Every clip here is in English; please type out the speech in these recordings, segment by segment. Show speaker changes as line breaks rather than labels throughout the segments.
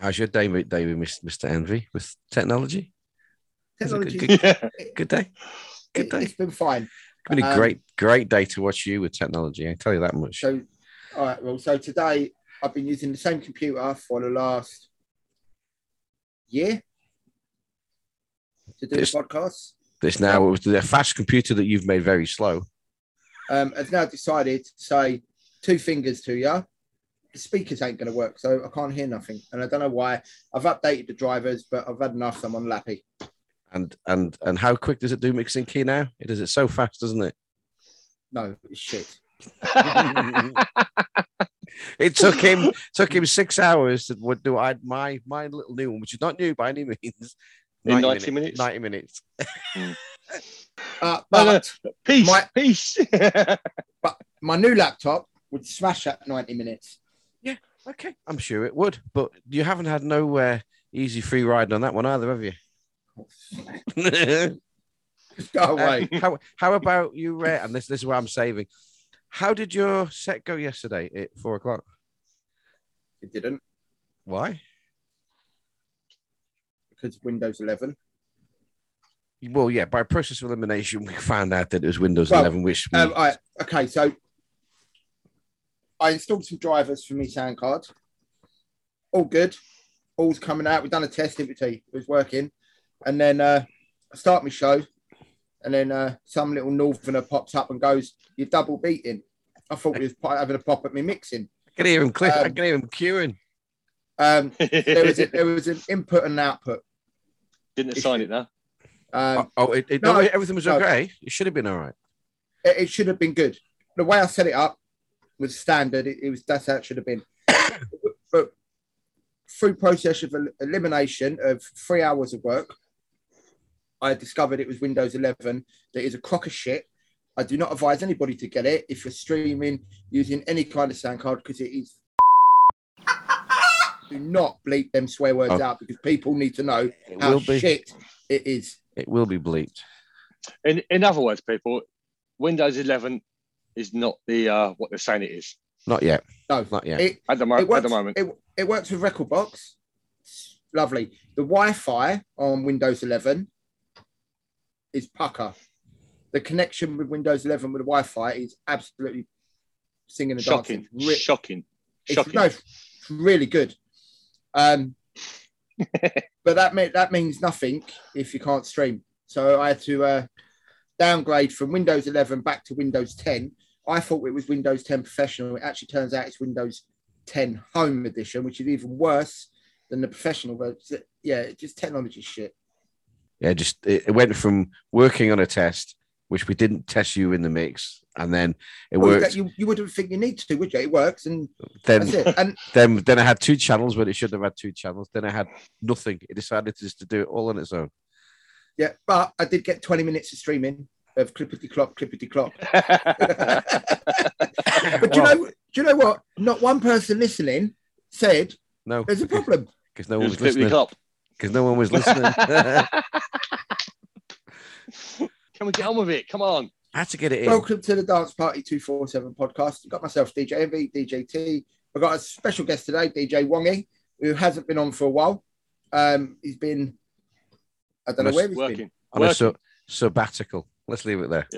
How's your day, mate- day with Mis- Mr. Envy with technology? Is it
Technology.
Good, good,
Yeah.
good day. Good
it,
day.
has been fine.
It's been a
Um,
great, great day to watch you with technology. I tell you that much.
So, all right, well, so today I've been using the same computer for the last year to do
This-
the podcast.
This now it was the fast computer that you've made very slow.
Um, has now decided to say two fingers to you. The speakers ain't going to work, so I can't hear nothing, and I don't know why. I've updated the drivers, but I've had enough. so I'm on lappy.
And and and how quick does it do mixing key now? It does it so fast, doesn't it?
No it's shit.
it took him took him six hours to what do I my my little new one, which is not new by any means.
In 90 minutes?
Ninety minutes.
Uh,
No,
but
no, peace,
My-
peace.
my new laptop would smash at 90 minutes.
Okay, I'm sure it would, but you haven't had no uh, easy free ride on that one either, have you?
Just go
Uh,
away.
how, how about you? Uh, and this this is what I'm saving. How did your set go yesterday at four o'clock?
it didn't
Why?
because Windows 11.
Well, yeah, by process of elimination, we found out that it was Windows
Well,
11, which we-
Um, all right, okay, so I installed some drivers for my sound card. All good. All's coming out. We've done a test in between. It was working. And then uh, I start my show. And then uh, some little northerner pops up and goes, You're double beating. I thought he was po- having a pop at me mixing.
I can hear him click. I
um,
can hear him queuing.
Um, there, was a,
Didn't
there was an input and output.
assign it now.
Um,
oh, oh, it, it,
no,
no, everything was
no.
okay. It should have been all right.
it, it should have been good. The way I set it up was standard. It, it was that's how it should have been. but through process of el- elimination of three hours of work, I discovered it was Windows 11 that is a crock of shit. I do not advise anybody to get it if you're streaming using any kind of sound card because it is. do not bleep them swear words
Oh.
out because people need to know
It
how
will be.
Oh, shit it is.
It will be bleeped.
In in other words, people, Windows 11 is not the uh, what they're saying it is
Not yet.
No,
Not yet.
it,
at the,
it
mo-
works,
at the moment.
It, it works with Record Box. It's lovely. The Wi Fi on Windows 11 is pucker. The connection with Windows 11 with the Wi Fi is absolutely singing and
Shocking,
dancing. Re-
shocking,
it's,
shocking.
No, it's really good. Um, but that meant that means nothing if you can't stream. So I had to uh, downgrade from Windows 11 back to Windows 10. I thought it was Windows 10 Professional. It actually turns out it's Windows 10 Home Edition, which is even worse than the professional. But it's- yeah, it's just technology shit.
Yeah, just it, it went from working on a test, which we didn't test you in the mix, and then it
Well, you
worked.
don't- You, you wouldn't think you need to, would you? It works, and
then
that's it. And
then then I had two channels when it shouldn't have had two channels. Then I had nothing. It decided to just to do it all on its own.
yeah, but I did get 20 minutes of streaming of clippity clop, clippity clop. But do you
Well,
know, do you know what? Not one person listening said
no,
there's a problem.
because no
It
one
was
was listening.
up.
Because no one was listening. I
Can we get on with it? Come on.
had to get it in.
Welcome to the Dance Party 247 podcast. I've got myself DJ Envy, DJ T. I've got a special guest today, DJ Wongy, who hasn't been on for a while. Um, he's been, I don't know
Must
where he's been.
Working.
on a so, sabbatical. Let's leave it there.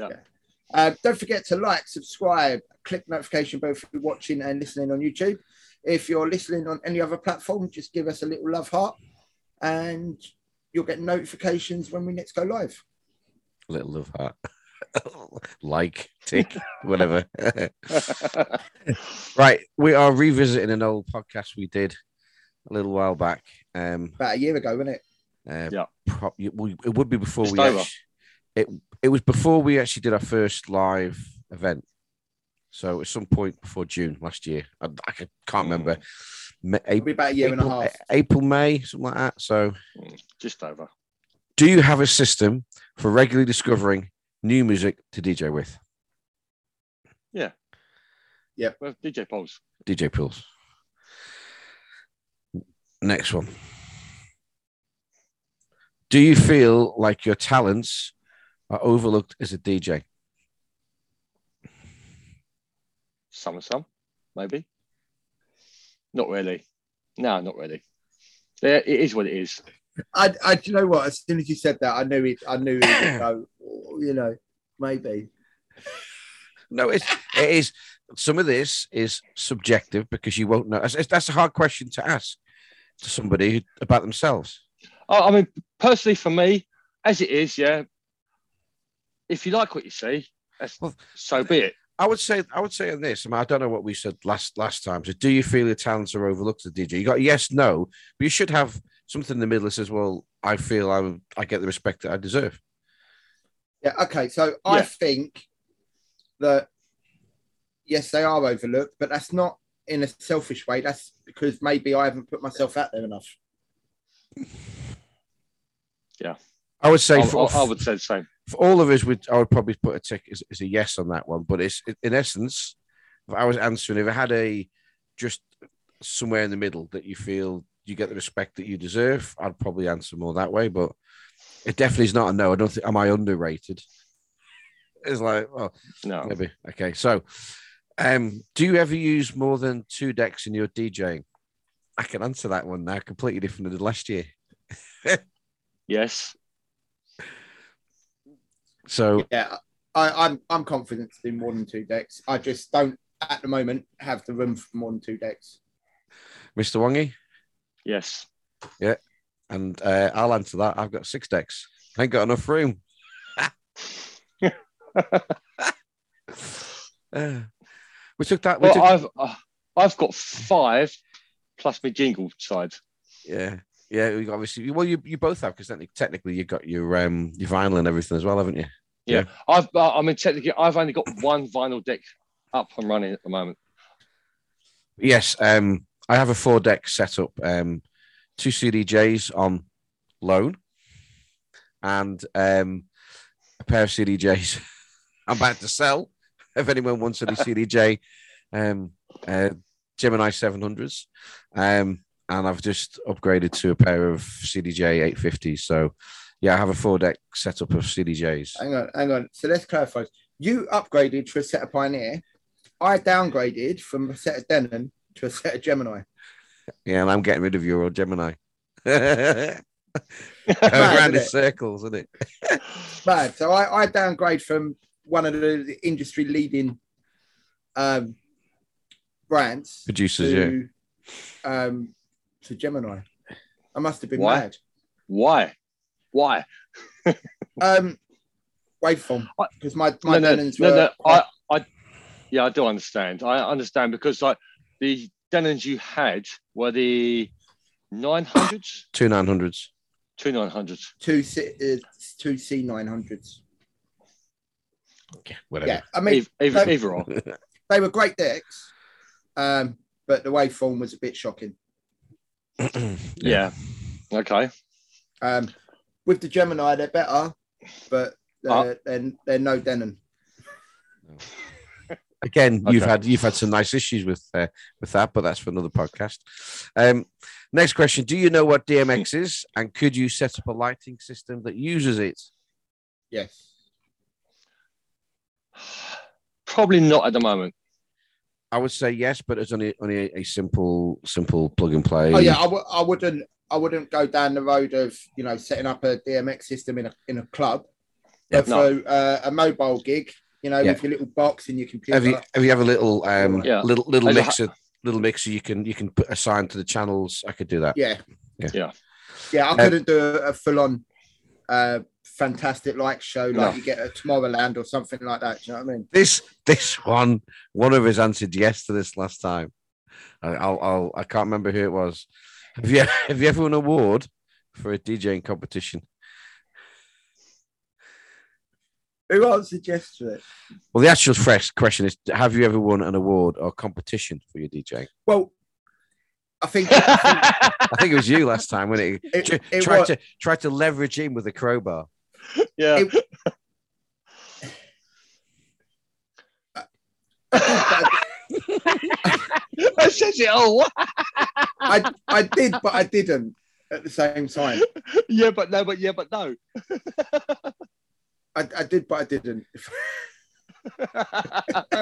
Um, don't forget to like, subscribe, click notification bell if you're watching and listening on YouTube. If you're listening on any other platform, just give us a little love heart and you'll get notifications when we next go live.
Little love heart. like, tick, whatever. right. We are revisiting an old podcast we did a little while back. Um,
About a year ago, wasn't it?
uh,
Yeah.
pro- it would- it would be before
It's
we
over.
actu- it it was before we actually did our first live event. So at some point before June last year, I, I can't remember.
Hmm.
Ma-
It'll be about a year and a
April-
half.
April, May, something like that. So
Just over.
do you have a system for regularly discovering new music to DJ with?
Well, DJ polls.
DJ Pools. Next one. Do you feel like your talents are overlooked as a DJ?
Some and some, maybe. Not really. No, not really. Yeah, it is what it is.
I, I, do you know what? As soon as you said that, I knew it. I knew it. would go, "Oh, you know, maybe.
No, it's, it is. Some of this is subjective because you won't know. That's, that's a hard question to ask to somebody who- about themselves.
I, I mean, personally, for me, as it is, yeah. If you like what you see, that's,
Well,
so be it.
I would say, I would say on this. I, mean, I don't know what we said last last time. So, do you feel your talents are overlooked? Did you? You got a yes, no, but you should have something in the middle that says, "Well, I feel I I get the respect that I deserve."
Yeah. Okay. So I
Yeah.
think that yes, they are overlooked, but that's not in a selfish way. That's because maybe I haven't put myself out there enough.
I would say,
I,
for,
I- I would say the same.
for all of us, would I would probably put a tick as, as a yes on that one. But it's in essence, if I was answering, if I had a just somewhere in the middle that you feel you get the respect that you deserve, I'd probably answer more that way. But it definitely is not a no. I don't think. Am I underrated? It's like, well,
No,
maybe. Okay, so um, do you ever use more than two decks in your DJing? I can answer that one now. Completely different than last year.
yes,
So
Yeah. I, I'm I'm confident to do more than two decks. I just don't at the moment have the room for more than two decks.
Mr. Wongy,
yes.
and uh, I'll answer that. I've got six decks. I ain't got enough room. Uh, we took that. We
Well,
took,
I've uh, I've got five plus my jingle side.
yeah, yeah. We obviously. Well, you, you both have because technically, technically you got your um your vinyl and everything as well, haven't you?
Yeah, I've uh, I mean technically I've only got one vinyl deck up and running at the moment.
Yes, um, I have a four deck setup. Um, two CDJs on loan, and um, a pair of CDJs I'm about to sell. If anyone wants any CDJ, um, uh, Gemini 700s, um, and I've just upgraded to a pair of CDJ 850s. So, yeah, I have a four deck setup of CDJs.
Hang on, hang on. So let's clarify. You upgraded to a set of Pioneer. I downgraded from a set of Denon to a set of Gemini.
Yeah, and I'm getting rid of your old Gemini. Around
isn't
in
it?
circles, isn't it?
bad. So I, I downgrade from one of the, the industry leading um, brands
Producers, yeah.
to um, to Gemini. I must have been
Why?
mad.
Why? Why?
Um, waveform
I-
because my my
no, no,
Denons
no,
were
no.
quite-
I, I, yeah, I do understand. I understand because like the Denons you had were the 900s,
Two 900s.
two 900s.
two C, uh, two C nine hundreds.
Yeah, whatever.
Yeah, I mean
Either, either,
no.
either or.
they were great decks, um, but the waveform was a bit shocking.
Yeah. Okay.
Um, with the Gemini, they're better, but they're,
Ah.
they're, they're no Denon.
Again, you've
Okay.
had you've had some nice issues with uh, with that, but that's for another podcast. Um, next question: Do you know what DMX is, and could you set up a lighting system that uses it?
Yes.
Probably not at the moment.
I would say yes, but it's only only a, a simple simple plug and play.
Oh yeah, I w- I wouldn't. I wouldn't go down the road of you know setting up a DMX system in a in a club,
Yeah.
but for uh, a mobile gig, you know,
Yeah.
with your little box and your computer.
Have you have you have a little um
Yeah.
little little
I know-
mixer little mixer you can you can put assign to the channels? I could do that.
yeah.
Yeah.
Yeah.
Yeah, I
Uh,
couldn't do a, a full on, uh, fantastic light show like
No.
you get at Tomorrowland or something like that. Do you know what I mean?
this this one one of us answered yes to this last time I, I'll, I'll i can't remember who it was have you have you ever won an award for a djing competition
Who answered yes to it?
well the actual fresh question is have you ever won an award or competition for your djing
Well, I think I
yeah.
i think it was you last time when it,
think it, it
tried
was.
to tried to leverage in with a crowbar
That says it oh, all.
I, I did, but I didn't at the same time.
yeah, but no, but yeah, but no.
I, I did, but I didn't. I'm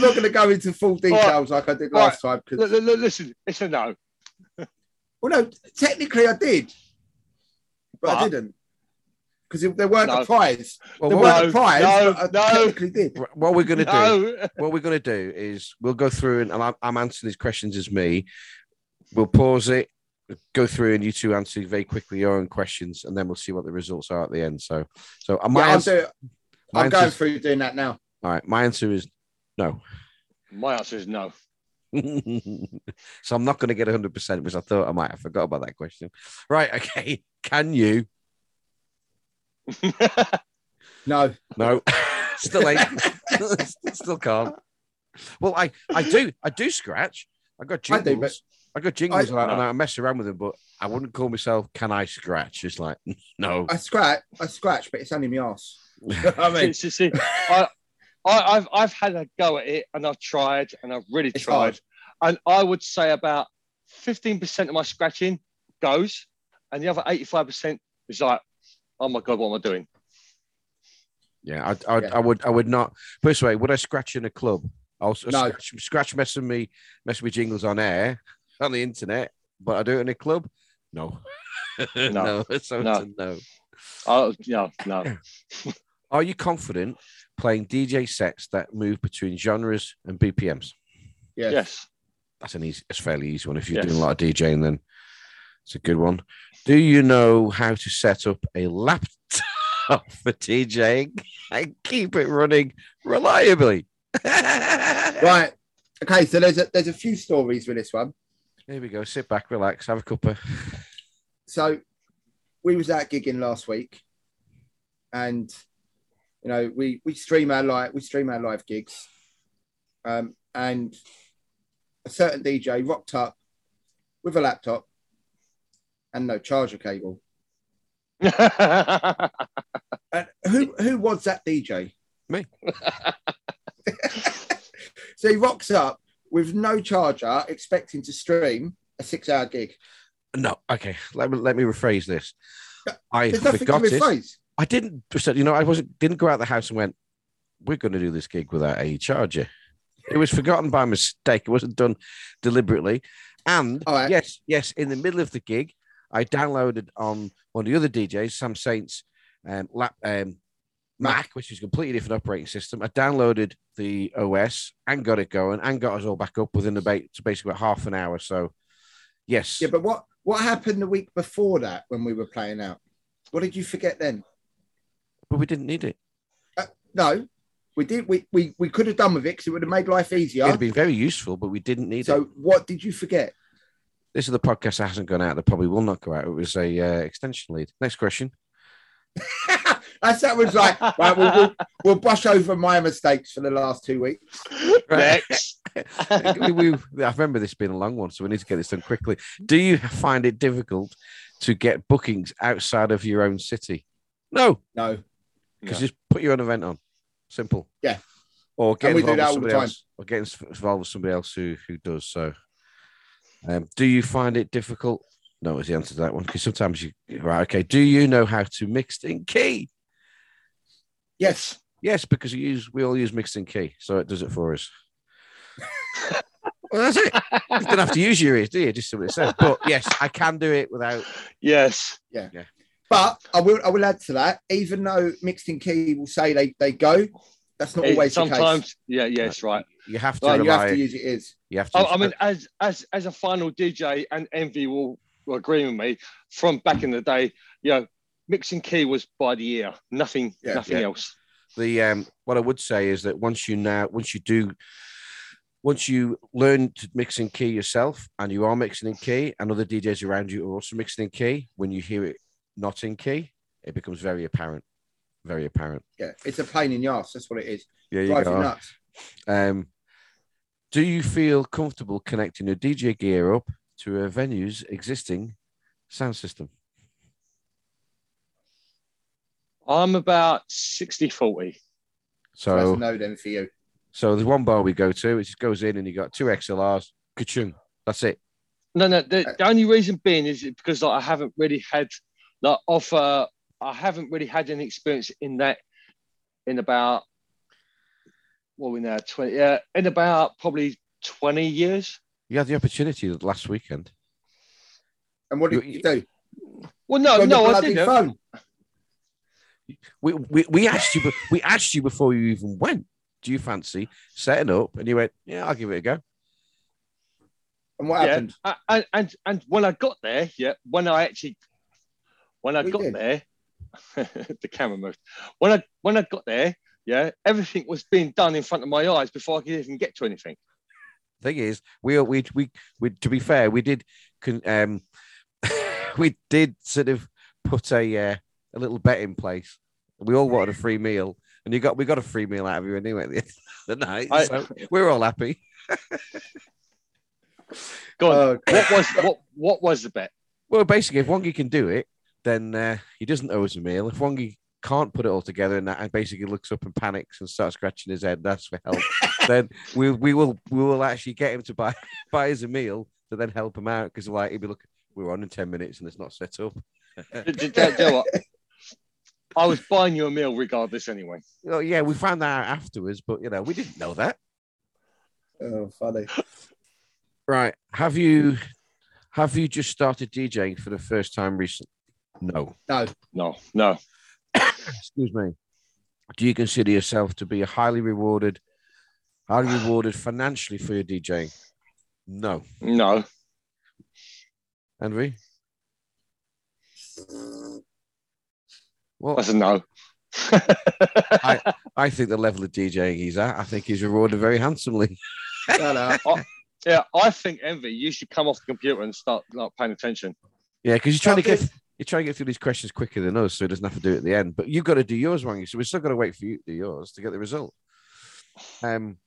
not going to go into full details like I did
All right.
last time because
Look, look, look, listen, it's a no.
Well, no, technically I did, but, I
But-
didn't because there weren't
No.
a prize.
Well,
there
what,
weren't a
No,
prize.
no,
but I
no.
technically did.
what we're gonna do?
No.
what we're going to do is we'll go through and I'm, I'm answering these questions as me. We'll pause it, go through, and you two answer very quickly your own questions, and then we'll see what the results are at the end. So, so uh, my
Yeah, I'll
answer,
do it.
my
I'm going
answer's-
through doing that now.
all right, my answer is no.
My answer is no.
so I'm not going to get 100, percent which I thought I might. I forgot about that question. Right? Okay. Can you?
No,
No. still ain't. still can't. Well, I I do I do scratch. I got
I
jingles.
do,
I,
but-
got jingles,
I-
and, I, and I mess around with them, but I wouldn't call myself. Can I scratch? It's like no.
I scratch. I scratch, but it's only my ass. I mean,
It's just- see, I, I, I've, I've had a go at it and I've tried and I've really
It's
tried.
hard.
And I would say about 15% of my scratching goes, and the other 85% is like, oh my God, what am I doing?
Yeah, I, I,
Yeah.
I would I would not. Put it this way, would I scratch in a club? I'll s-
No.
scratch, scratch messing me messing with jingles on air on the internet, but I do it in a club. No. no. So it's a no.
Oh, no, no.
Are you confident playing DJ sets that move between genres and BPMs?
yes.
Yes.
that's an easy, it's a fairly easy one. If you're
Yes.
doing a lot of DJing, then it's a good one. Do you know how to set up a laptop for DJing and keep it running reliably? right.
Right. Okay. So there's a, there's a few stories with this one.
Here we go. Sit back, relax, have a cuppa.
So we was out gigging last week, and you know we we stream our live we stream our live gigs, um, and a certain DJ rocked up with a laptop and no charger cable. And who who was that DJ?
Me.
so he rocks up with no charger, expecting to stream a six-hour gig.
No, okay. Let me let me rephrase this. I
There's nothing to
forgot it.
rephrase.
I didn't. You know, I wasn't. Didn't go out the house and went. We're going to do this gig without a charger. It was forgotten by mistake. It wasn't done deliberately. And
All right.
yes, yes, in the middle of the gig, I downloaded on one of the other DJs, Sam Saint's um, lap, um, Mac, which is a completely different operating system. I downloaded the OS and got it going and got us all back up within about basically about half an hour. So, yes,
Yeah, but what what happened the week before that when we were playing out? What did you forget then?
but we didn't need it.
No, we did. We we, we could have done with it because it would have made life easier.
It'd been very useful, but we didn't need it.
So what did you forget?
This is the podcast that hasn't gone out. That probably will not go out. It was a uh, extension lead. Next question.
That's that was like right. We'll, we'll, we'll brush over my mistakes for the last two weeks.
Next.
we, we- I remember this being a long one, so we need to get this done quickly. Do you find it difficult to get bookings outside of your own city? No,
No,
because just put your own event on. Simple.
Yeah.
Or get
And we do
involved with
that all the
somebody
time.
else. Or get ins- involved with somebody else who who does so. Um, do you find it difficult? No, is the answer to that one. Because sometimes you right. Okay. Do you know how to mix in key?
yes,
Yes, because we use we all use mixed in key, so it does it for us. well, that's it. You don't have to use your ears, do you? Just see what it says. But yes, I can do it without.
Yes.
but I will I will add to that. Even though mixed in key will say they they go, that's not
It-
always the case.
sometimes. Yeah, yes, right.
You have to
Like, you
rely.
have to Oh, use it is.
I, I mean, as as as a final DJ, and Envy will, will agree with me. From back in the day, you know, mixing key was by the ear, nothing,
Yeah,
nothing
yeah.
else.
the um, what I would say is that once you now, once you do, once you learn to mix in key yourself, and you are mixing in key, and other DJs around you are also mixing in key. When you hear it not in key, it becomes very apparent. Very apparent.
Yeah, it's a pain in the ass. That's what it is.
Yeah,
Drives you nuts.
Um, do you feel comfortable connecting your DJ gear up to a venue's existing sound system?
I'm about 60 40.
So that's a
So,
no then for you.
so there's one bar we go to, it just goes in and you got two XLRs, ka That's it.
No, no,
Uh,
the, the only reason being is because like, I haven't really had like offer, I haven't really had any experience in that in about what we now 20, yeah, in about probably 20 years.
You had the opportunity last weekend.
And what did
You-
you, do?
Well, no,
Join the
no, I
bloody
didn't.
Fun.
We, we, we asked you, we asked you before you even went. Do you fancy setting up? And you went, yeah, I'll give it a go.
And what
Yeah.
happened?
I- and and and when I got there, yeah, when I actually when I
We
got
did.
there, the camera moved. When I when I got there, yeah, everything was being done in front of my eyes before I could even get to anything.
Thing is, we we we, we to be fair, we did con- um we did sort of put a uh, a little bet in place. We all wanted a free meal, and you got we got a free meal out of you anyway at the end of the night.
I-
so we're all happy.
Go on.
Oh,
what was what what was the bet?
Well, basically, if Wongi can do it, then uh, he doesn't owe us a meal. If Wongi can't put it all together and that and basically looks up and panics and starts scratching his head, that's for help. then we we will we will actually get him to buy buy us a meal to then help him out because like he'd be looking, we're on in ten minutes and it's not set up.
Do- do- do- do what? I was buying you a meal regardless anyway.
Oh yeah, we found that out afterwards, but you know we didn't know that.
oh, funny.
Right? Have you have you just started DJing for the first time recently? No.
No,
No, no.
excuse me, do you consider yourself to be a highly rewarded, highly rewarded financially for your DJing? No.
No.
Henry? Well,
That's a no.
I think the level of DJing he's at, I think he's rewarded very handsomely.
no, no.
yeah, I think Envy, you should come off the computer and start like paying attention.
Yeah, because you're trying to
Well,
get you're trying to get through these questions quicker than us, so he doesn't have to do it at the end. But you've got to do yours, Wangy. So we're still got to wait for you to do yours to get the result. Um,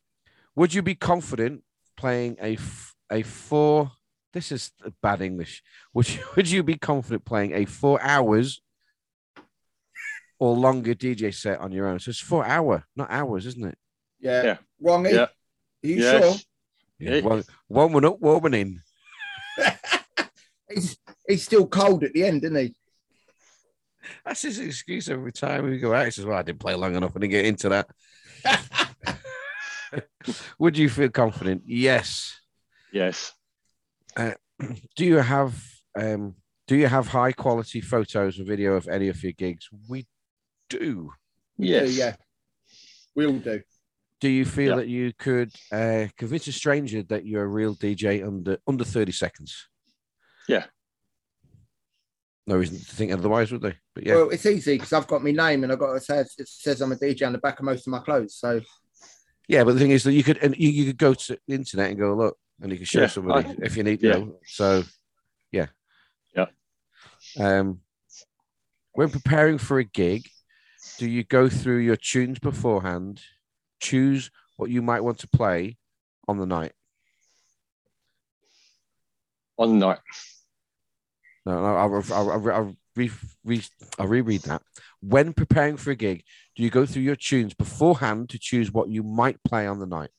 would you be confident playing a f- a four? This is bad English. Would you, would you be confident playing a four hours or longer DJ set on your own? So it's four hour, not hours, isn't it?
Yeah.
Yeah.
Wrongy.
Yeah.
Are you
Yes.
sure?
Yeah.
Yeah.
One, one one up, one one in.
He's, he's still cold at the end, isn't he?
That's his excuse every time we go out. He says, Well, I didn't play long enough. I didn't get into that. Would you feel confident? Yes.
Yes.
Do you have um do you have high quality photos and video of any of your gigs? We do.
Yes.
Yeah, yeah. We all do.
Do you feel
Yeah.
that you could uh, convince a stranger that you're a real DJ under under 30 seconds?
Yeah.
No reason to think otherwise, would they? But yeah,
Well, it's easy because I've got my name and I've got it says, it says I'm a DJ on the back of most of my clothes. So
yeah. But the thing is that you could and you, you could go to the internet and go look, and you can show
Yeah,
somebody if you need.
yeah.
You know, so, yeah.
Yeah.
Um, when preparing for a gig, do you go through your tunes beforehand, choose what you might want to play on the night?
On the night.
No, no I'll, I'll, I'll, I'll, re, re, I'll reread that. When preparing for a gig, do you go through your tunes beforehand to choose what you might play on the night?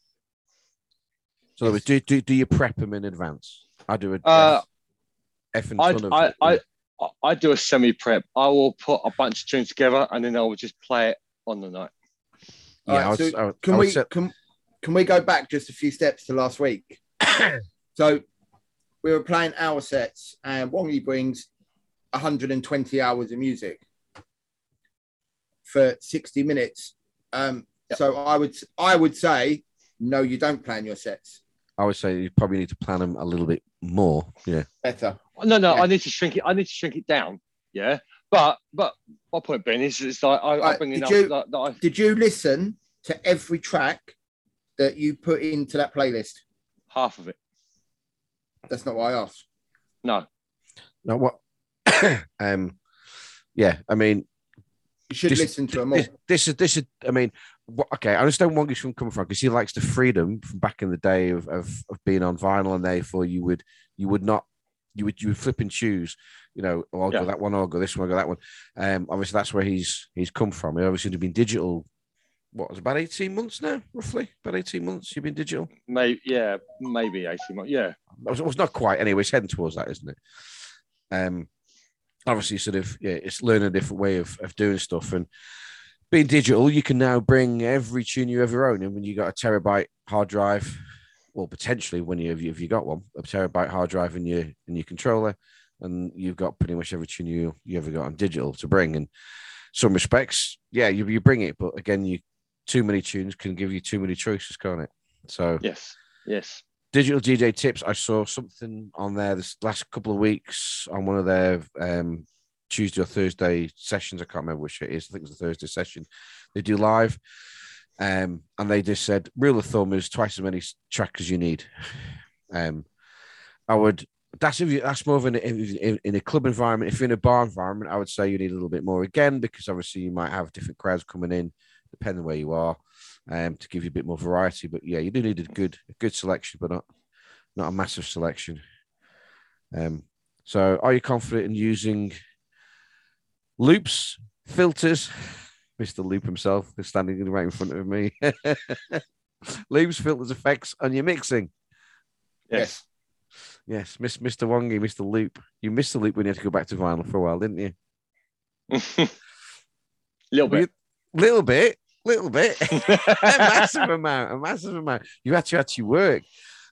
So, in other words, do, do, do you prep them in advance? I do a
Uh,
F and
I,
ton of
I, I, I, I do a semi prep. I will put a bunch of tunes together and then I will just play it on the night.
yeah,
Alright,
I was,
so
I, was-
can
I was
we
set-
can can we go back just a few steps to last week? so we were playing our sets, and Wongy brings 120 hours of music for 60 minutes. Um, So I would I would say no, you don't plan your sets
I would say you probably need to plan them a little bit more. Yeah.
better.
No, no,
Yeah.
I need to shrink it. I need to shrink it down. Yeah. But but my point being is, is like I, I
Right,
bring it
did
up
you-
that, that I
Did you listen to every track that you put into that playlist?
half of it.
That's not what I asked.
No.
Now what? um, yeah, I mean,
You should
Just-
listen to them all.
this, this is this is. I mean, wh- okay, I understand Wongi's from coming from because he likes the freedom from back in the day of, of of being on vinyl, and therefore you would you would not you would you would flip and choose. You know, oh, I'll
Yeah.
go that one, I'll go this one, I'll go that one. Um, obviously that's where he's he's come from. He obviously has been digital. What was about eighteen months now, roughly about eighteen months. You've been digital.
Maybe yeah, maybe 18 months. Yeah.
Well, it's- well, it's not quite anyway. It's heading towards that, isn't it? Um, obviously, sort of, yeah, it's learning a different way of, of doing stuff and being digital. You can now bring every tune you ever own, and when you got a terabyte hard drive, well, potentially when you if you, if you got one, a terabyte hard drive in your in your controller, and you've got pretty much every tune you you ever got on digital to bring. And some respects, yeah, you you bring it, but again, you too many tunes can give you too many choices, can't it? So
Yes. Yes.
digital DJ tips. I saw something on there this last couple of weeks on one of their um, Tuesday or Thursday sessions. I can't remember which it is. I think it's the Thursday session. They do live, um, and they just said rule of thumb is twice as many s- tracks as you need. Um, I would. That's if you, that's more of an in, in, in a club environment. If you're in a bar environment, I would say you need a little bit more again because obviously you might have different crowds coming in depending where you are um, to give you a bit more variety. But yeah, you do need a good a good selection, but not not a massive selection. Um, so, are you confident in using loops, filters? Mister Loop himself is standing right in front of me. loops, filters, effects on your mixing.
Yes.
Yes, Miss, Mr. Wongi, Mr. Loop. You missed the loop when you had to go back to vinyl for a while, didn't you?
little bit.
Little bit, little bit. a massive amount, a massive amount. You had to actually work.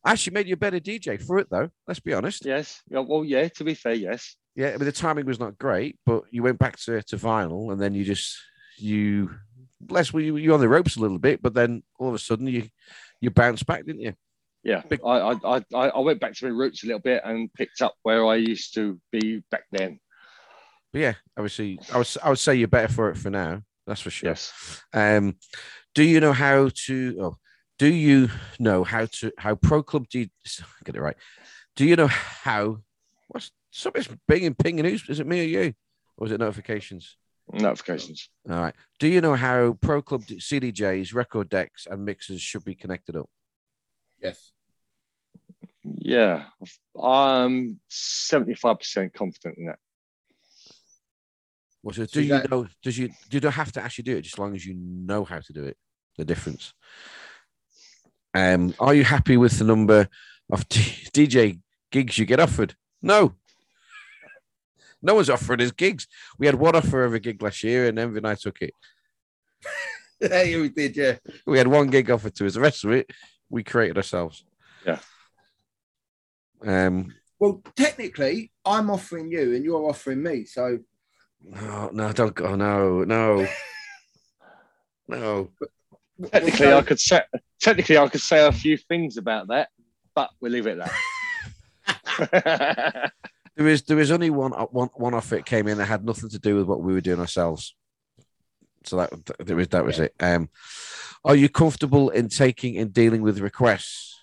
Actually made you a better DJ for it though. Let's be honest.
yes. Yeah, well, yeah, to be fair, yes.
Yeah, I mean the timing was not great, but you went back to, to vinyl and then you just you less well, you you on the ropes a little bit, but then all of a sudden you you bounced back, didn't you?
Yeah.
Big-
I, I, I, I went back to my roots a little bit and picked up where I used to be back then.
But yeah, obviously I would s- I would say you're better for it for now. That's for sure.
Yes.
Um, do you know how to? Oh, do you know how to how pro club D? Get it right. Do you know how? What's somebody's binging, pinging? Who's is it? Me or you? Or is it notifications?
Notifications.
All right. Do you know how pro club D- CDJs, record decks, and mixers should be connected up?
Yes.
Yeah. I'm 75% confident in that.
Well, so
So
do you
that-
know? Does you do you not have to actually do it? Just as long as you know how to do it, the difference. Um, are you happy with the number of D- DJ gigs you get offered? No. No one's offering us gigs. We had one offer of a gig last year, and then I took it.
Yeah, you did, yeah.
We had one gig offered to us. The rest of it, we created ourselves.
Yeah.
Um.
Well, technically, I'm offering you and you're offering me. So
No, oh, no, don't go. No, no, no.
Technically, I could say technically I could say a few things about that, but we'll leave it at that.
There is there is only one uh, one one offer that came in that had nothing to do with what we were doing ourselves. So that there is that was it. Um, are you comfortable in taking and dealing with requests?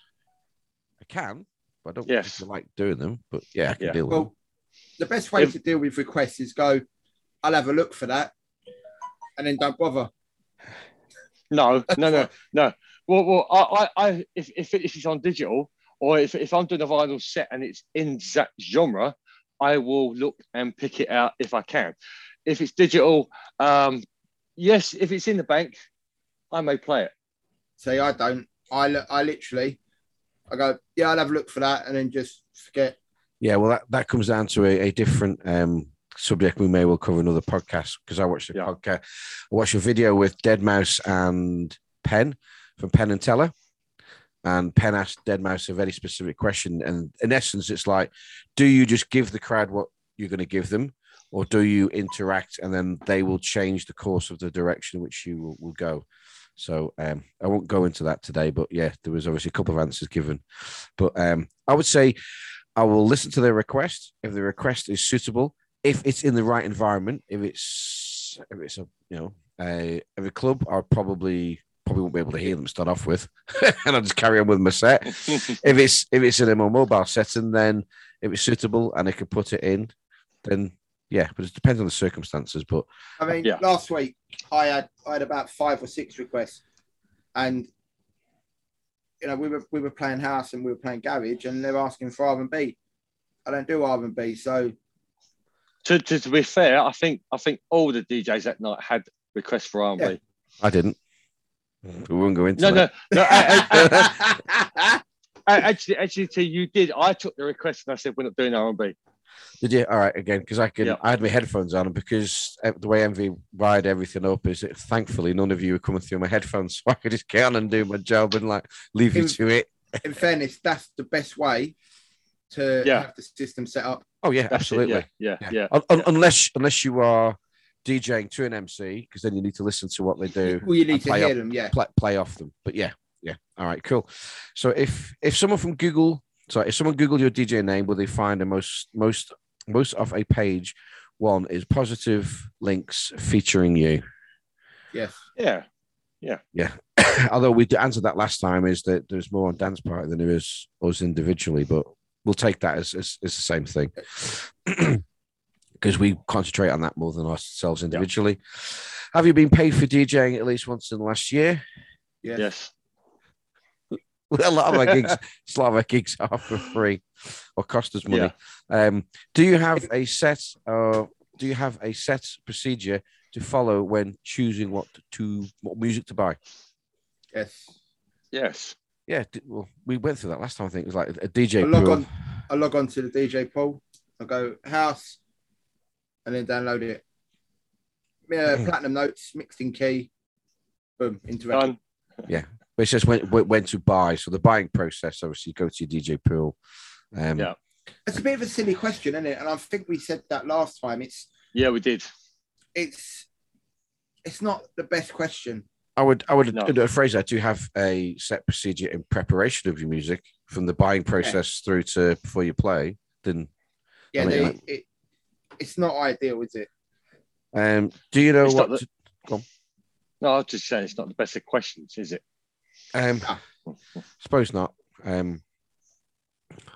I can, but I don't
Yes.
particularly like doing them. But yeah, I can
Yeah.
deal with
well, the best way
If-
to deal with requests is go, I'll have a look for that, and then don't bother.
no, no, no, no. Well, well, I, I, I if, if, if it's on digital or if, if I'm doing a vinyl set and it's in that genre, I will look and pick it out if I can. If it's digital, um, yes, if it's in the bank, I may play it.
See, I don't. I li- I literally, I go, yeah, I'll have a look for that, and then just forget.
them. Yeah, well, that, that comes down to a, a different um, subject. We may well cover another podcast because I watched a
Yeah.
podcast. I watched a video with Dead Mouse and Penn from Penn and Teller. and Penn asked Dead Mouse a very specific question. And in essence, it's like, do you just give the crowd what you're going to give them, or do you interact and then they will change the course of the direction in which you will, will go? So um, I won't go into that today, but yeah, there was obviously a couple of answers given. But um, I would say I will listen to their request if the request is suitable, if it's in the right environment, if it's if it's a you know a, if a club, I'll probably probably won't be able to hear them to start off with, and I'll just carry on with my set. if it's if it's in a more mobile setting, then if it's suitable and I can put it in, then yeah, but it depends on the circumstances. But
I mean,
Yeah.
last week I had I had about five or six requests, and you know we were we were playing house and we were playing garage, and they're asking for R and B. I don't do R and B, so
To, to, to be fair, I think I think all the DJs that night had requests for R&B.
Yeah.
I didn't. We won't go into
No, no,
that.
no. I, I,
I
I- actually, actually, T, you did. I took the request and I said we're not doing R and B.
Did you? All right, again, because I could.
Yeah.
I had my headphones on, and because uh, the way MV wired everything up is that thankfully none of you were coming through my headphones, so I could just get on and do my job and like leave you
It was-
to it.
in fairness, that's the best way to
Yeah.
have the system set up.
Oh yeah,
That's it,
absolutely.
Yeah, yeah,
Yeah.
yeah.
Un- un- Unless unless you are DJing to an MC, because then you need to listen to what they do,
Well, you need to
play
hear
up-
them, yeah.
play, play off them. But yeah, yeah. All right, cool. So if if someone from Google, sorry, if someone Googled your DJ name, will they find a most most most of a page? One is positive links featuring you.
Yes.
yeah.
Yeah. Although we answered that last time, is that there's more on dance party than there is us individually, but we'll take that as, as, as the same thing because we concentrate on that more than ourselves individually. Have you been paid for DJing at least once in the last year?
Yes.
Yes.
a lot of our gigs, a lot of our gigs are for free or cost us money.
Yeah.
Um, do you have a set or do you have a set procedure to follow when choosing what to what music to buy?
Yes.
Yes.
Yeah, d- well, we went through that last time. I think it was like a DJ.
I log
pool.
on. I log on to the DJ pool. I go house, and then download it. Yeah, platinum notes, mixed in key. Boom, into record.
Done.
But it's just when, when when to buy. So the buying process, obviously, go to your DJ pool. Um,
Yeah.
It's a bit of a silly question, isn't it? And I think we said that last time. It's
Yeah, we did.
it's it's not the best question.
I would I would
No.
uh, phrase that to have a set procedure in preparation of your music from the buying process through to before you play. Then,
Yeah,
I mean,
they,
like-
it it's not ideal, is it?
um, do you know
It's not
what?
that-
to-
No, I was just saying it's not the best of questions, is it?
um,
Ah.
suppose not. Um,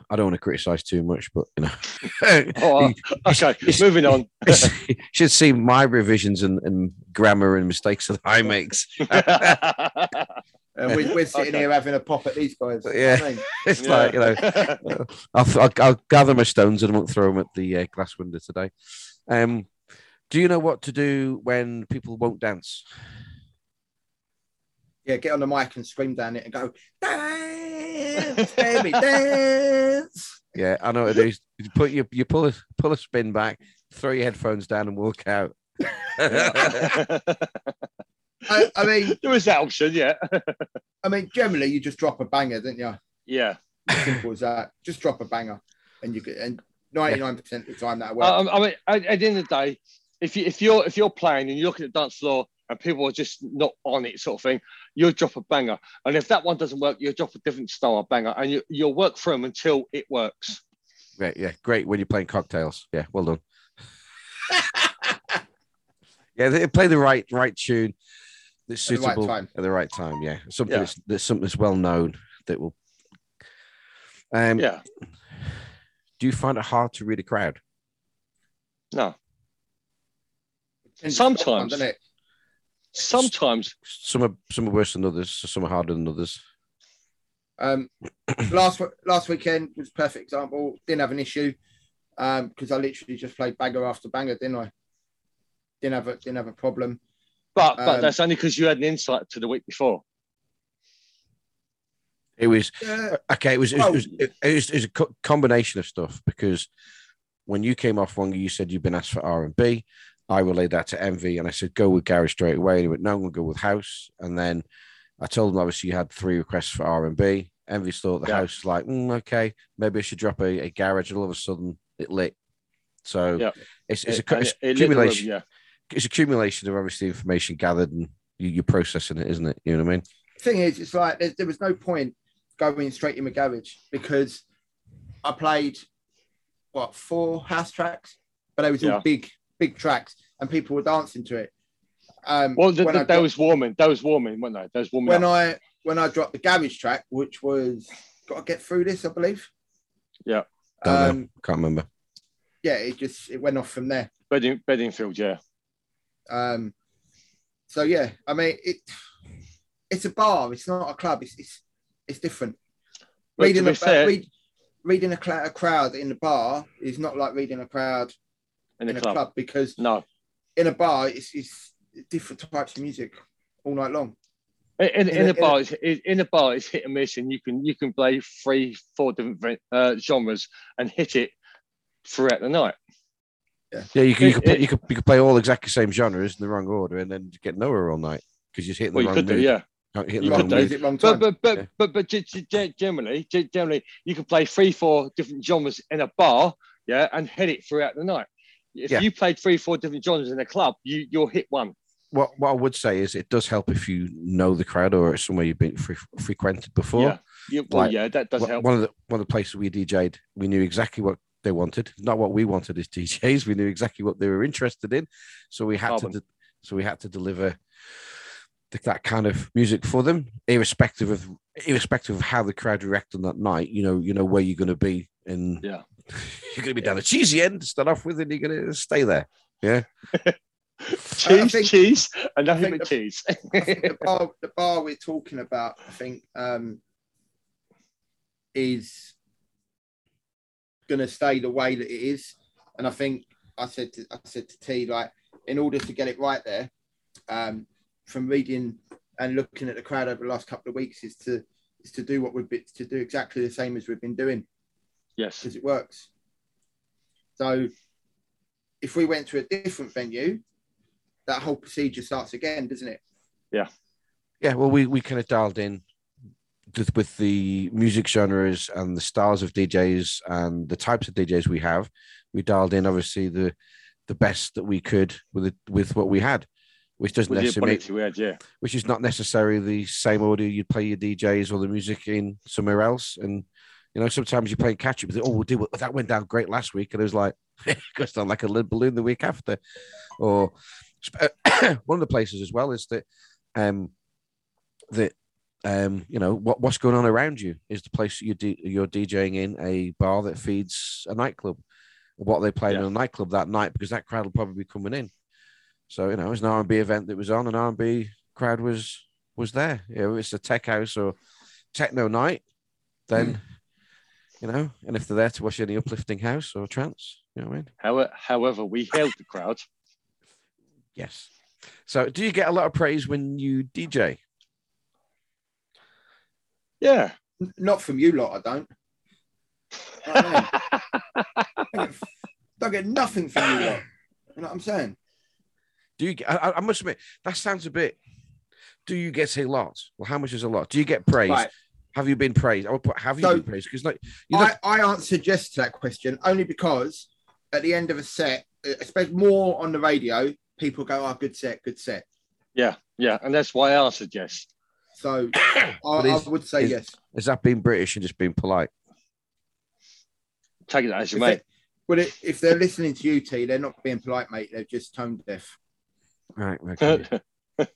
I don't want to criticize too much, but you know,
Oh, okay.
it's-
Moving on.
you should see my revisions and, and grammar and mistakes that I make.
And Uh, we, we're sitting
Okay.
here having a pop at these guys.
Yeah.
I mean,
It's like you know,
know.
I'll, I'll, I'll gather my stones and I won't throw them at the uh, glass window today. Um, do you know what to do when people won't dance?
yeah, get on the mic and scream down it and go, dance, baby, dance.
Yeah, I know what it is. You put your, you pull a pull a spin back, throw your headphones down, and walk out.
there
I, I mean,
was that option, yeah.
I mean, generally you just drop a banger, don't you?
Yeah.
Simple as that. Just drop a banger, and you could, and ninety nine percent of the time that works.
Um, I mean, at, at the end of the day, if you if you're if you're playing and you look at the dance floor and people are just not on it, sort of thing, you'll drop a banger. And if that one doesn't work, you'll drop a different style of banger, and you, you'll work through 'em until it works.
Great, yeah, great when you're playing cocktails. Yeah, well done. yeah, they play the right right tune that's
At the right
suitable
time.
at the right time. Yeah, something
Yeah.
That's, that's something that's well known that will. Um,
Yeah.
Do you find it hard to read a crowd?
No.
And just
sometimes.
drop one, doesn't it?
Sometimes.
Some are some are worse than others. Some are harder than others.
Um, last we- last weekend was a perfect example. Didn't have an issue because I literally just played banger after banger, didn't I? Didn't have a didn't have a problem.
But but
Um,
that's only because you had an insight to the week before.
It was
Yeah,
okay. It was it was, it
Well-
was, it was, it was a co- combination of stuff because when you came off one, you said you've been asked for R and B. I relayed that to Envy, and I said go with Gary straight away. And he went, "No, I'm going to go with House." And then I told him obviously you had three requests for R and B. Envy thought the
Yeah.
house was like, "Mm, okay, maybe I should drop a, a garage. And all of a sudden, it lit. So
Yeah.
it's it's a
It-
co-
and
it's
it- it lit the room,
accumulation.
yeah.
It's accumulation of obviously information gathered, and you, you're processing it, isn't it? You know what I mean?
thing is, it's like there, there was no point going straight in the garage because I played what four house tracks, but they was all
Yeah.
big big tracks, and people were dancing to it. Um,
Well, th-
when
th-
I
that
dro-
was warming. That was warming, wasn't it? That was warming.
when
up.
I when I dropped the garage track, which was got to get through this, I believe.
Yeah.
Don't know.
Um,
Can't remember.
yeah, it just it went off from there.
Bedding, Beddingfield, yeah.
Um, so yeah, I mean it. It's a bar. It's not a club. It's it's it's different.
But to
reading
be
a,
fair,
read, reading a, cl- a crowd in the bar is not like reading a crowd
in
in,
the
a
club.
club because
No.
in a bar it's, it's different types of music all night long.
In,
In
in, in
a-
a
in a-
bar, it's, in in a bar, it's hit and miss, and you can you can play three, four different ve- uh, genres and hit it throughout the night.
Yeah, you could, you
It-
could, play,
it-
you could you could play all exactly the same genres in the wrong order and then get nowhere all night because you're hitting the
Well, you
wrong
could do,
mood.
yeah,
Can't hit the
You
wrong
could
move.
do.
Use it wrong
But
time.
but but
Yeah.
but but ge- ge- ge- generally, ge- generally, you can play three, four different genres in a bar, yeah, and hit it throughout the night. If
Yeah.
you played three, four different genres in a club, you you'll hit one.
what what I would say is it does help if you know the crowd or it's somewhere you've been fre- frequented before.
Yeah. You, well,
Like,
yeah, that does
Wh-
help.
One of the one of the places we DJ'd, we knew exactly what they wanted. Not what we wanted as DJs. We knew exactly what they were interested in, so we had
Carbon.
to de- so we had to deliver the, that kind of music for them, irrespective of irrespective of how the crowd react on that night. You know, you know where you're going to be, and
Yeah.
you're going to be down the cheesy end to start off with, and you're going to stay there.
cheese,
think-
Uh, cheese, and nothing
think
but cheese.
the bar the bar we're talking about, I think, um, is going to stay the way that it is. And I think I said to, I said to T like, in order to get it right there, um, from reading and looking at the crowd over the last couple of weeks, is to is to do what we've been to do exactly the same as we've been doing
yes.
because it works. So if we went to a different venue, that whole procedure starts again, doesn't it?
Yeah, well, we we kind of dialed in with, with the music genres and the styles of DJs and the types of DJs we have. We dialed in obviously the the best that we could with it, with what we had, which doesn't
With the
necessarily
ability we had, yeah.
which is not necessarily the same audio you'd play your DJs or the music in somewhere else. And you know, sometimes you play catch up with it. Oh, we'll do it. That went down great last week, and it was like goes down like a lead balloon the week after. Or sp- one of the places as well is that um that um you know what what's going on around you is the place that you d- you're DJing in a bar that feeds a nightclub. What they played
Yeah.
in a nightclub that night because that crowd will probably be coming in. So you know, it was an R and B event that was on, an R and B crowd was was there. You know, it's a tech house or techno night,
Hmm.
then you know, and if they're there to watch any uplifting house or trance, you know what I mean?
However, however, we held the crowd.
Yes. So do you get a lot of praise when you DJ?
Yeah.
N- Not from you lot, I don't. You know what I mean? don't get nothing from you lot. You know what I'm saying?
Do you get, I, I- I must admit, that sounds a bit, do you get a lot? Well, how much is a lot? Do you get praise?
Right.
Have you been praised? I would put, have you
So-
been praised? Because like, you know,
I, I answered yes to that question only because at the end of a set, e, especially more on the radio, people go, oh, good set, good set.
yeah, yeah. And that's why I answered yes.
So I, I
is-
would say
is-
yes.
is that being British and just being polite?
Take it as you
If
mate.
it- Well, it, if they're listening to you, T, they're not being polite, mate. They're just tone deaf.
Right.
Uh,
Okay.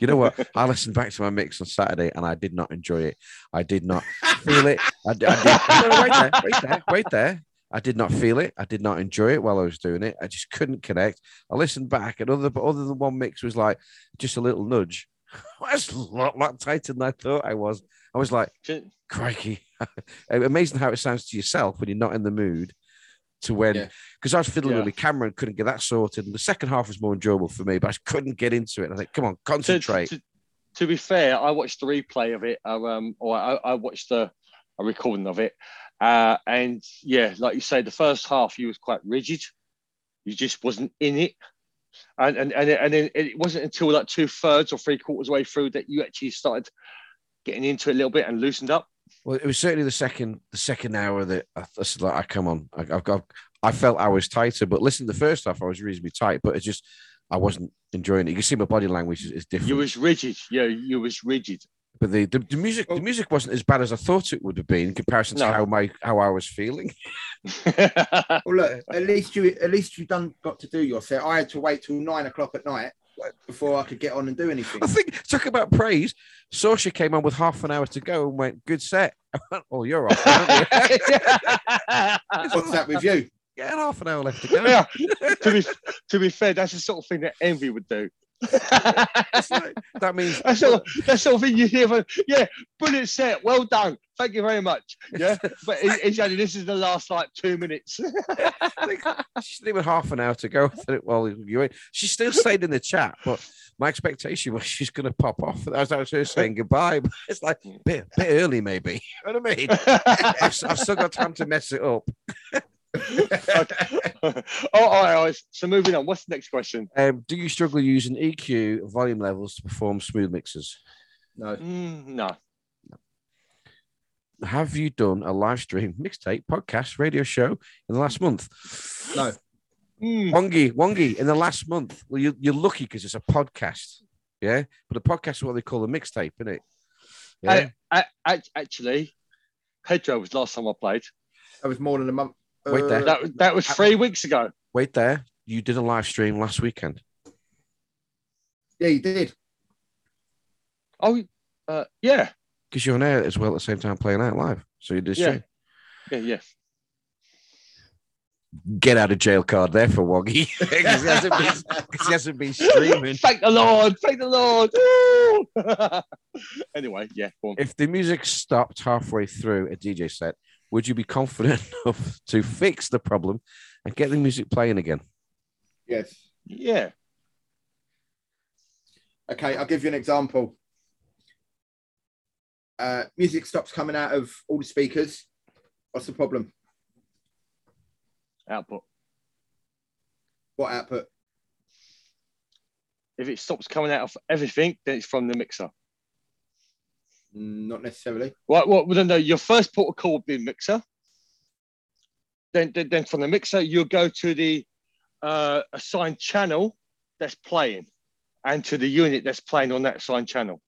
You know what? I listened back to my mix on Saturday and I did not enjoy it. I did not feel it. I, d- I did, no, no, wait there, wait there, wait there. I did not feel it. I did not enjoy it while I was doing it. I just couldn't connect. I listened back and other but other than one mix was like just a little nudge. That's a lot, lot tighter than I thought I was. I was like, crikey. Amazing how it sounds to yourself when you're not in the mood to when
Yeah.
because I was fiddling
Yeah.
with the camera and couldn't get that sorted. And the second half was more enjoyable for me, but I just couldn't get into it. I was like, come on,
to,
concentrate.
to- to be fair, I watched the replay of it, uh, um, or I, I watched the a recording of it, uh, and yeah, like you say, the first half you was quite rigid, you just wasn't in it, and and and, and then it wasn't until like two thirds or three quarters way through that you actually started getting into it a little bit and loosened up.
Well, it was certainly the second the second hour that I, I said, like, I come on, I, I've got. I felt I was tighter, but listen, the first half I was reasonably tight, but it's just I wasn't enjoying it. You can see my body language is, is different.
You was rigid, yeah, you was rigid.
but the, the, the music the music wasn't as bad as I thought it would have been in comparison to
No.
how my how I was feeling.
Well, look, at least you at least you done got to do your set. I had to wait till nine o'clock at night before I could get on and do anything.
I think talk about praise. Sorsha came on with half an hour to go and went, "Good set." I went, "Oh, you're off." aren't you?"
What's that with you?
yeah, and half an hour left to go.
yeah. to be to be fair, that's the sort of thing that envy would do.
It's like, that means
That's the that's sort of thing you hear from yeah, brilliant set, well done, thank you very much. Yeah, but it, it's only this is the last like two minutes.
She's not even half an hour to go. I thought, Well, you ain't- she still stayed in the chat, but my expectation was she's going to pop off. That was, that was her saying goodbye. But it's like bit, bit early, maybe. You know what I mean? I've, I've still got time to mess it up.
oh, all right, all right. So moving on. What's the next question?
E Um, do you struggle using EQ volume levels to perform smooth mixes?
No.
Mm, no.
Have you done a live stream, mixtape, podcast, radio show in the last month?
No.
Mm,
Wongi, Wongi, in the last month. Well, you, you're lucky because it's a podcast. Yeah. But a podcast is what they call a mixtape, isn't it? Yeah.
I- I- act- actually, Pedro was last time I played.
That was more than a month.
Wait there.
Uh,
That, that was three weeks ago.
Wait there. You did a live stream last weekend.
yeah, you did.
Oh, uh, yeah,
because you're on air as well at the same time playing out live. So you did
Yeah.
straight.
yeah, yeah.
get out of jail card there for Woggy because he, hasn't been- 'cause he hasn't been streaming.
Thank the Lord. Thank the Lord. Woo! anyway, yeah, go on.
If the music stopped halfway through a DJ set, would you be confident enough to fix the problem and get the music playing again?
Yes.
Yeah.
Okay, I'll give you an example. Uh, music stops coming out of all the speakers. What's the problem?
Output.
What output?
If it stops coming out of everything, then it's from the mixer.
Mm, Not necessarily.
Right, well, well, then no, your first port of call would be mixer. Then, then, then from the mixer, you'll go to the uh, assigned channel that's playing and to the unit that's playing on that assigned channel.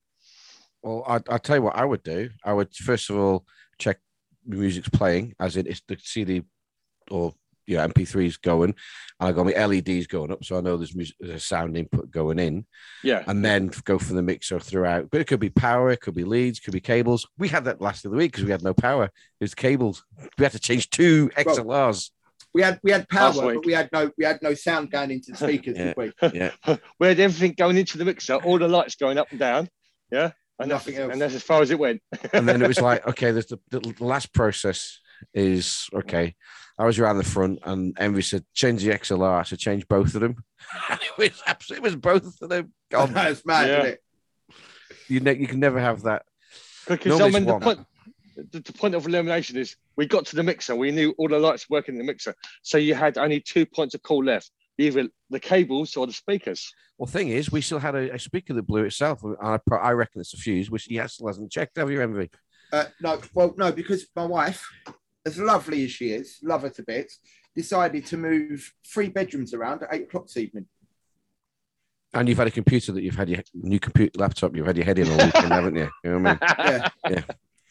Well, I, I'll tell you what I would do. I would first of all check the music's playing, as in it's the CD or yeah, MP3's going, and I got my LEDs going up, so I know there's music, there's a sound input going in.
Yeah.
and then go for the mixer throughout. But it could be power, it could be leads, could be cables. We had that last of the week because we had no power. It was cables. We had to change two XLRs.
We had we had power,
Last week.
but we had no we had no sound going into the speakers.
Yeah.
did we?
we had everything going into the mixer, all the lights going up and down. Yeah. And that's,
Nothing else.
and that's as far as it went.
and then it was like, okay, there's the, the last process is okay. I was around the front, and Envy said, change the XLR. I said, change both of them. And it was absolutely, it was both of them.
Oh,
God,
that's mad,
Yeah.
isn't it?
you, ne- you can never have that.
Because
Nobody's
I mean, the
won.
point, the, the point of elimination is we got to the mixer. We knew all the lights working in the mixer. So you had only two points of call left either the cables or the speakers.
Well, thing is, we still had a, a speaker that blew itself, and I, pro- I reckon it's a fuse, which he still hasn't checked. Have you, Envy?
Uh, no, well, no, because my wife, as lovely as she is, love her to bits, decided to move three bedrooms around at eight o'clock this evening.
And you've had a computer that you've had your new computer laptop, you've had your head in all weekend, haven't you? You know what I mean?
Yeah.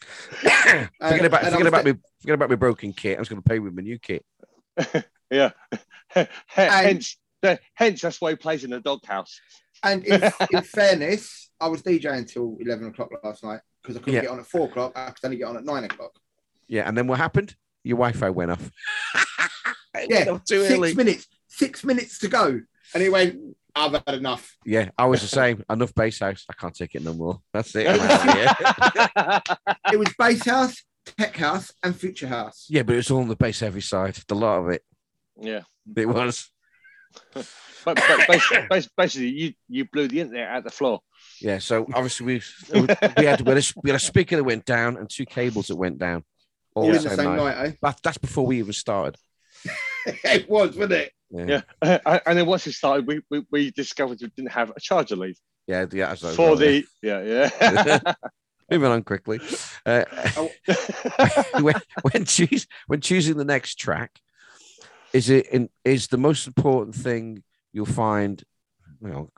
forget about
and I
forget
was
about me forget about my broken kit. I'm just gonna pay with my new kit.
yeah. hence, the, hence, that's why he plays in the doghouse.
And in, in fairness, I was DJing till eleven o'clock last night because I couldn't
Yeah.
get on at four o'clock. uh, I could only get on at nine o'clock.
Yeah, and then what happened? Your Wi-Fi went off. It
Yeah,
went off too
six
early.
minutes, six minutes to go, and he went. I've had enough.
Yeah, I was the same. Enough base house. I can't take it no more. That's it. I'm out of here.
It was base house, tech house, and future house.
Yeah, but it was all on the base heavy side. The lot of it.
yeah.
It was.
But, but basically, bas- basically, you, you blew the internet out the floor.
Yeah. So obviously we we had we had, a, we had a speaker that went down and two cables that went down. All
All
the
in the
same
same
night.
night,
That, that's before we even started.
eh? it was, wasn't it?
Yeah. and then once it started, we, we, we discovered we didn't have a charger lead
Yeah, yeah. that's what I was
for
on, yeah.
the. Yeah, yeah.
Moving on quickly. Uh, when, when, choos- when choosing the next track, is it in, is the most important thing you'll find? Well,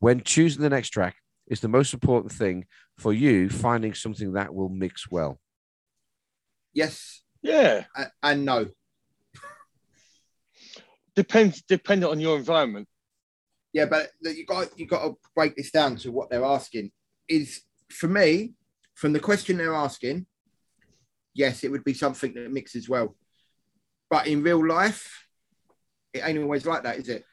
when choosing the next track, is the most important thing for you finding something that will mix well?
Yes
yeah.
a- and no.
depends dependent on your environment.
Yeah, but that you got you got to break this down to what they're asking. Is for me, from the question they're asking, yes, it would be something that mixes well. But in real life, it ain't always like that, is it?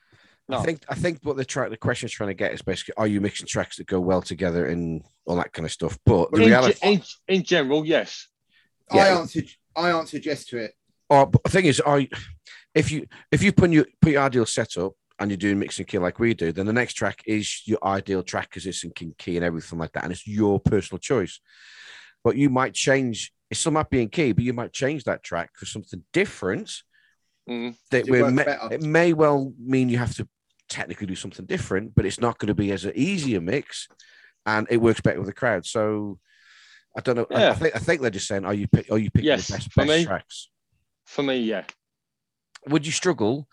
I
No.
think I think what the track the question's trying to get is basically are you mixing tracks that go well together and all that kind of stuff. But the
in,
reality,
ge- in, in general, yes.
I
Yeah.
answered I answered yes to it.
Oh, but the thing is, I if you if you put your put your ideal setup and you're doing mix and key like we do, then the next track is your ideal track because it's in king key and everything like that, and it's your personal choice. But you might change. It still might be in key, but you might change that track for something different.
Mm.
That
It
we
works
may,
better.
it may well mean you have to technically do something different, but it's not going to be as an easier mix and it works better with the crowd. So I don't know. I- I,
Yeah.
think I think they're just saying, "Are you pick, are you picking
Yes,
the best,
for
best
me.
tracks?"
For me, yeah.
Would you struggle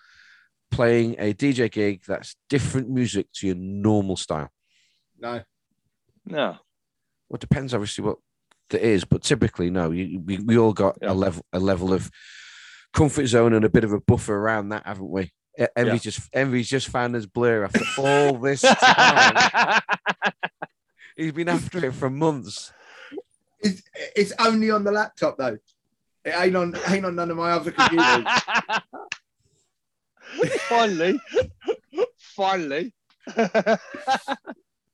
playing a DJ gig that's different music to your normal style?
No.
No.
Well, it depends, obviously, what it is, but typically, no. You, you- we, we all got
Yeah.
a level a level of comfort zone and a bit of a buffer around that, haven't we? E- Envy's just Envy's just found his blur after all this time. He's been after it for months.
It's, it's only on the laptop though. It ain't on ain't on none of my other computers.
Finally. Finally.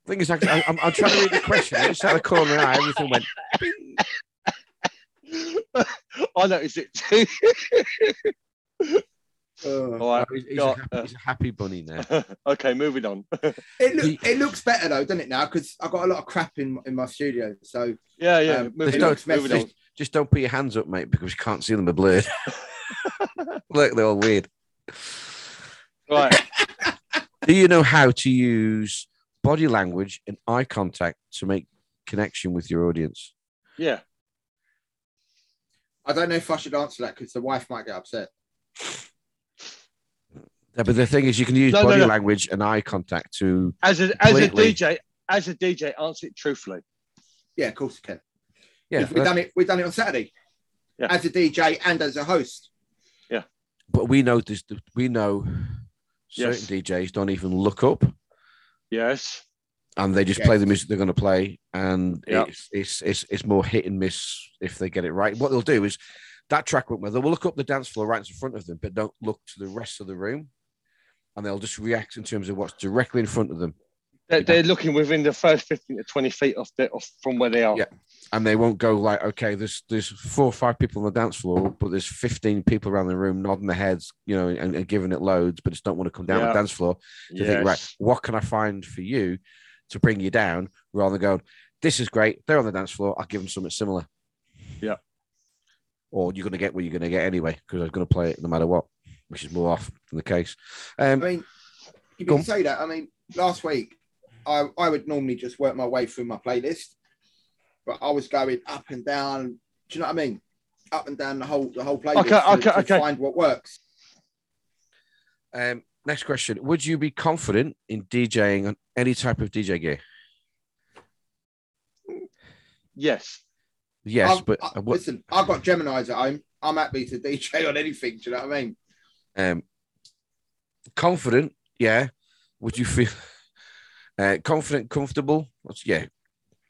Thing is, actually, I- I'm, I'm trying to read the question. I just had a corner of my eye. Everything went.
I noticed it too.
Ugh.
All right.
He's, he's
got,
a happy,
uh,
he's a happy bunny now.
okay, moving on.
It,
He-
look, it looks better though, doesn't it now? Because I've got a lot of crap in, in my studio. So
Yeah, yeah.
Um,
Just
moving on.
don't,
Moving on.
just, just don't put your hands up, mate, because you can't see them. They're blurred. Look, they're all weird.
Right.
Do you know how to use body language and eye contact to make connection with your audience?
Yeah.
I don't know if I should answer that because the wife might get upset.
Yeah, but the thing is, you can use
No, no,
body
no.
language and eye contact to.
As a as a
Completely.
DJ, as a DJ, answer it truthfully.
Yeah, of course you can.
Yeah,
we've done it. We've done it on Saturday
Yeah.
as a DJ and as a host.
but we know this. We know certain
Yes.
DJs don't even look up.
Yes.
and they just
Yes.
play the music they're going to play, and
Yeah.
it's, it's it's it's more hit and miss if they get it right. What they'll do is that track went well. They'll look up the dance floor right in front of them, but don't look to the rest of the room, and they'll just react in terms of what's directly in front of them,
They're, they're looking within the first 15 to 20 feet off, the, off from where they are.
Yeah. and they won't go like, okay, there's there's four or five people on the dance floor, but there's fifteen people around the room nodding their heads, you know, and, and giving it loads, but just don't want to come down
Yeah.
the dance floor. to think, right,
Yes.
what can I find for you to bring you down rather than going, this is great. They're on the dance floor. I'll give them something similar.
Yeah.
Or you're going to get what you're going to get anyway, because I was going to play it no matter what, which is more often the case.
I
Um,
mean, you
Go
can
on.
say that. I mean, last week I, I would normally just work my way through my playlist, but I was going up and down. Do you know what I mean? Up and down the whole the whole playlist
Okay,
to-
okay,
to
okay.
find what works.
um, next question Would you be confident in DJing on any type of DJ gear?
Yes.
Yes,
I've-
but
I-
I would-
listen, I've got Gemini's at home. I'm happy to DJ on anything. Do you know what I mean?
um, confident, yeah. Would you feel uh, confident, comfortable? That's- Yeah,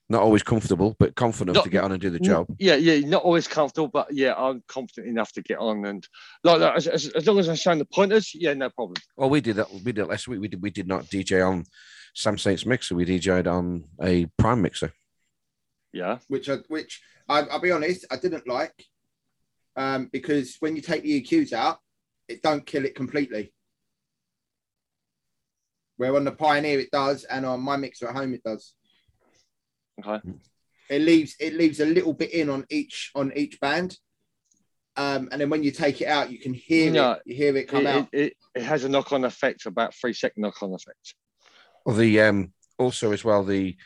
not always comfortable, but confident
Not-
to get on and do the job.
Yeah, yeah, not always comfortable, but yeah, I'm confident enough to get on and like that. As, as, as long as I'm showing the pointers, yeah, no problem.
Well, we did that. We did it last week. We did. We did not DJ on Sam Saint's mixer. We DJed on a Prime mixer.
Yeah,
which I, which I, I'll be honest, I didn't like, um, because when you take the EQs out, it don't kill it completely. Where on the Pioneer it does, and on my mixer at home it does.
okay.
It leaves it leaves a little bit in on each on each band, um, and then when you take it out, you can hear
No,
it. You hear it come
it,
out.
It, it, it has a knock on effect, about three second knock on effect.
Well, the um, also as well the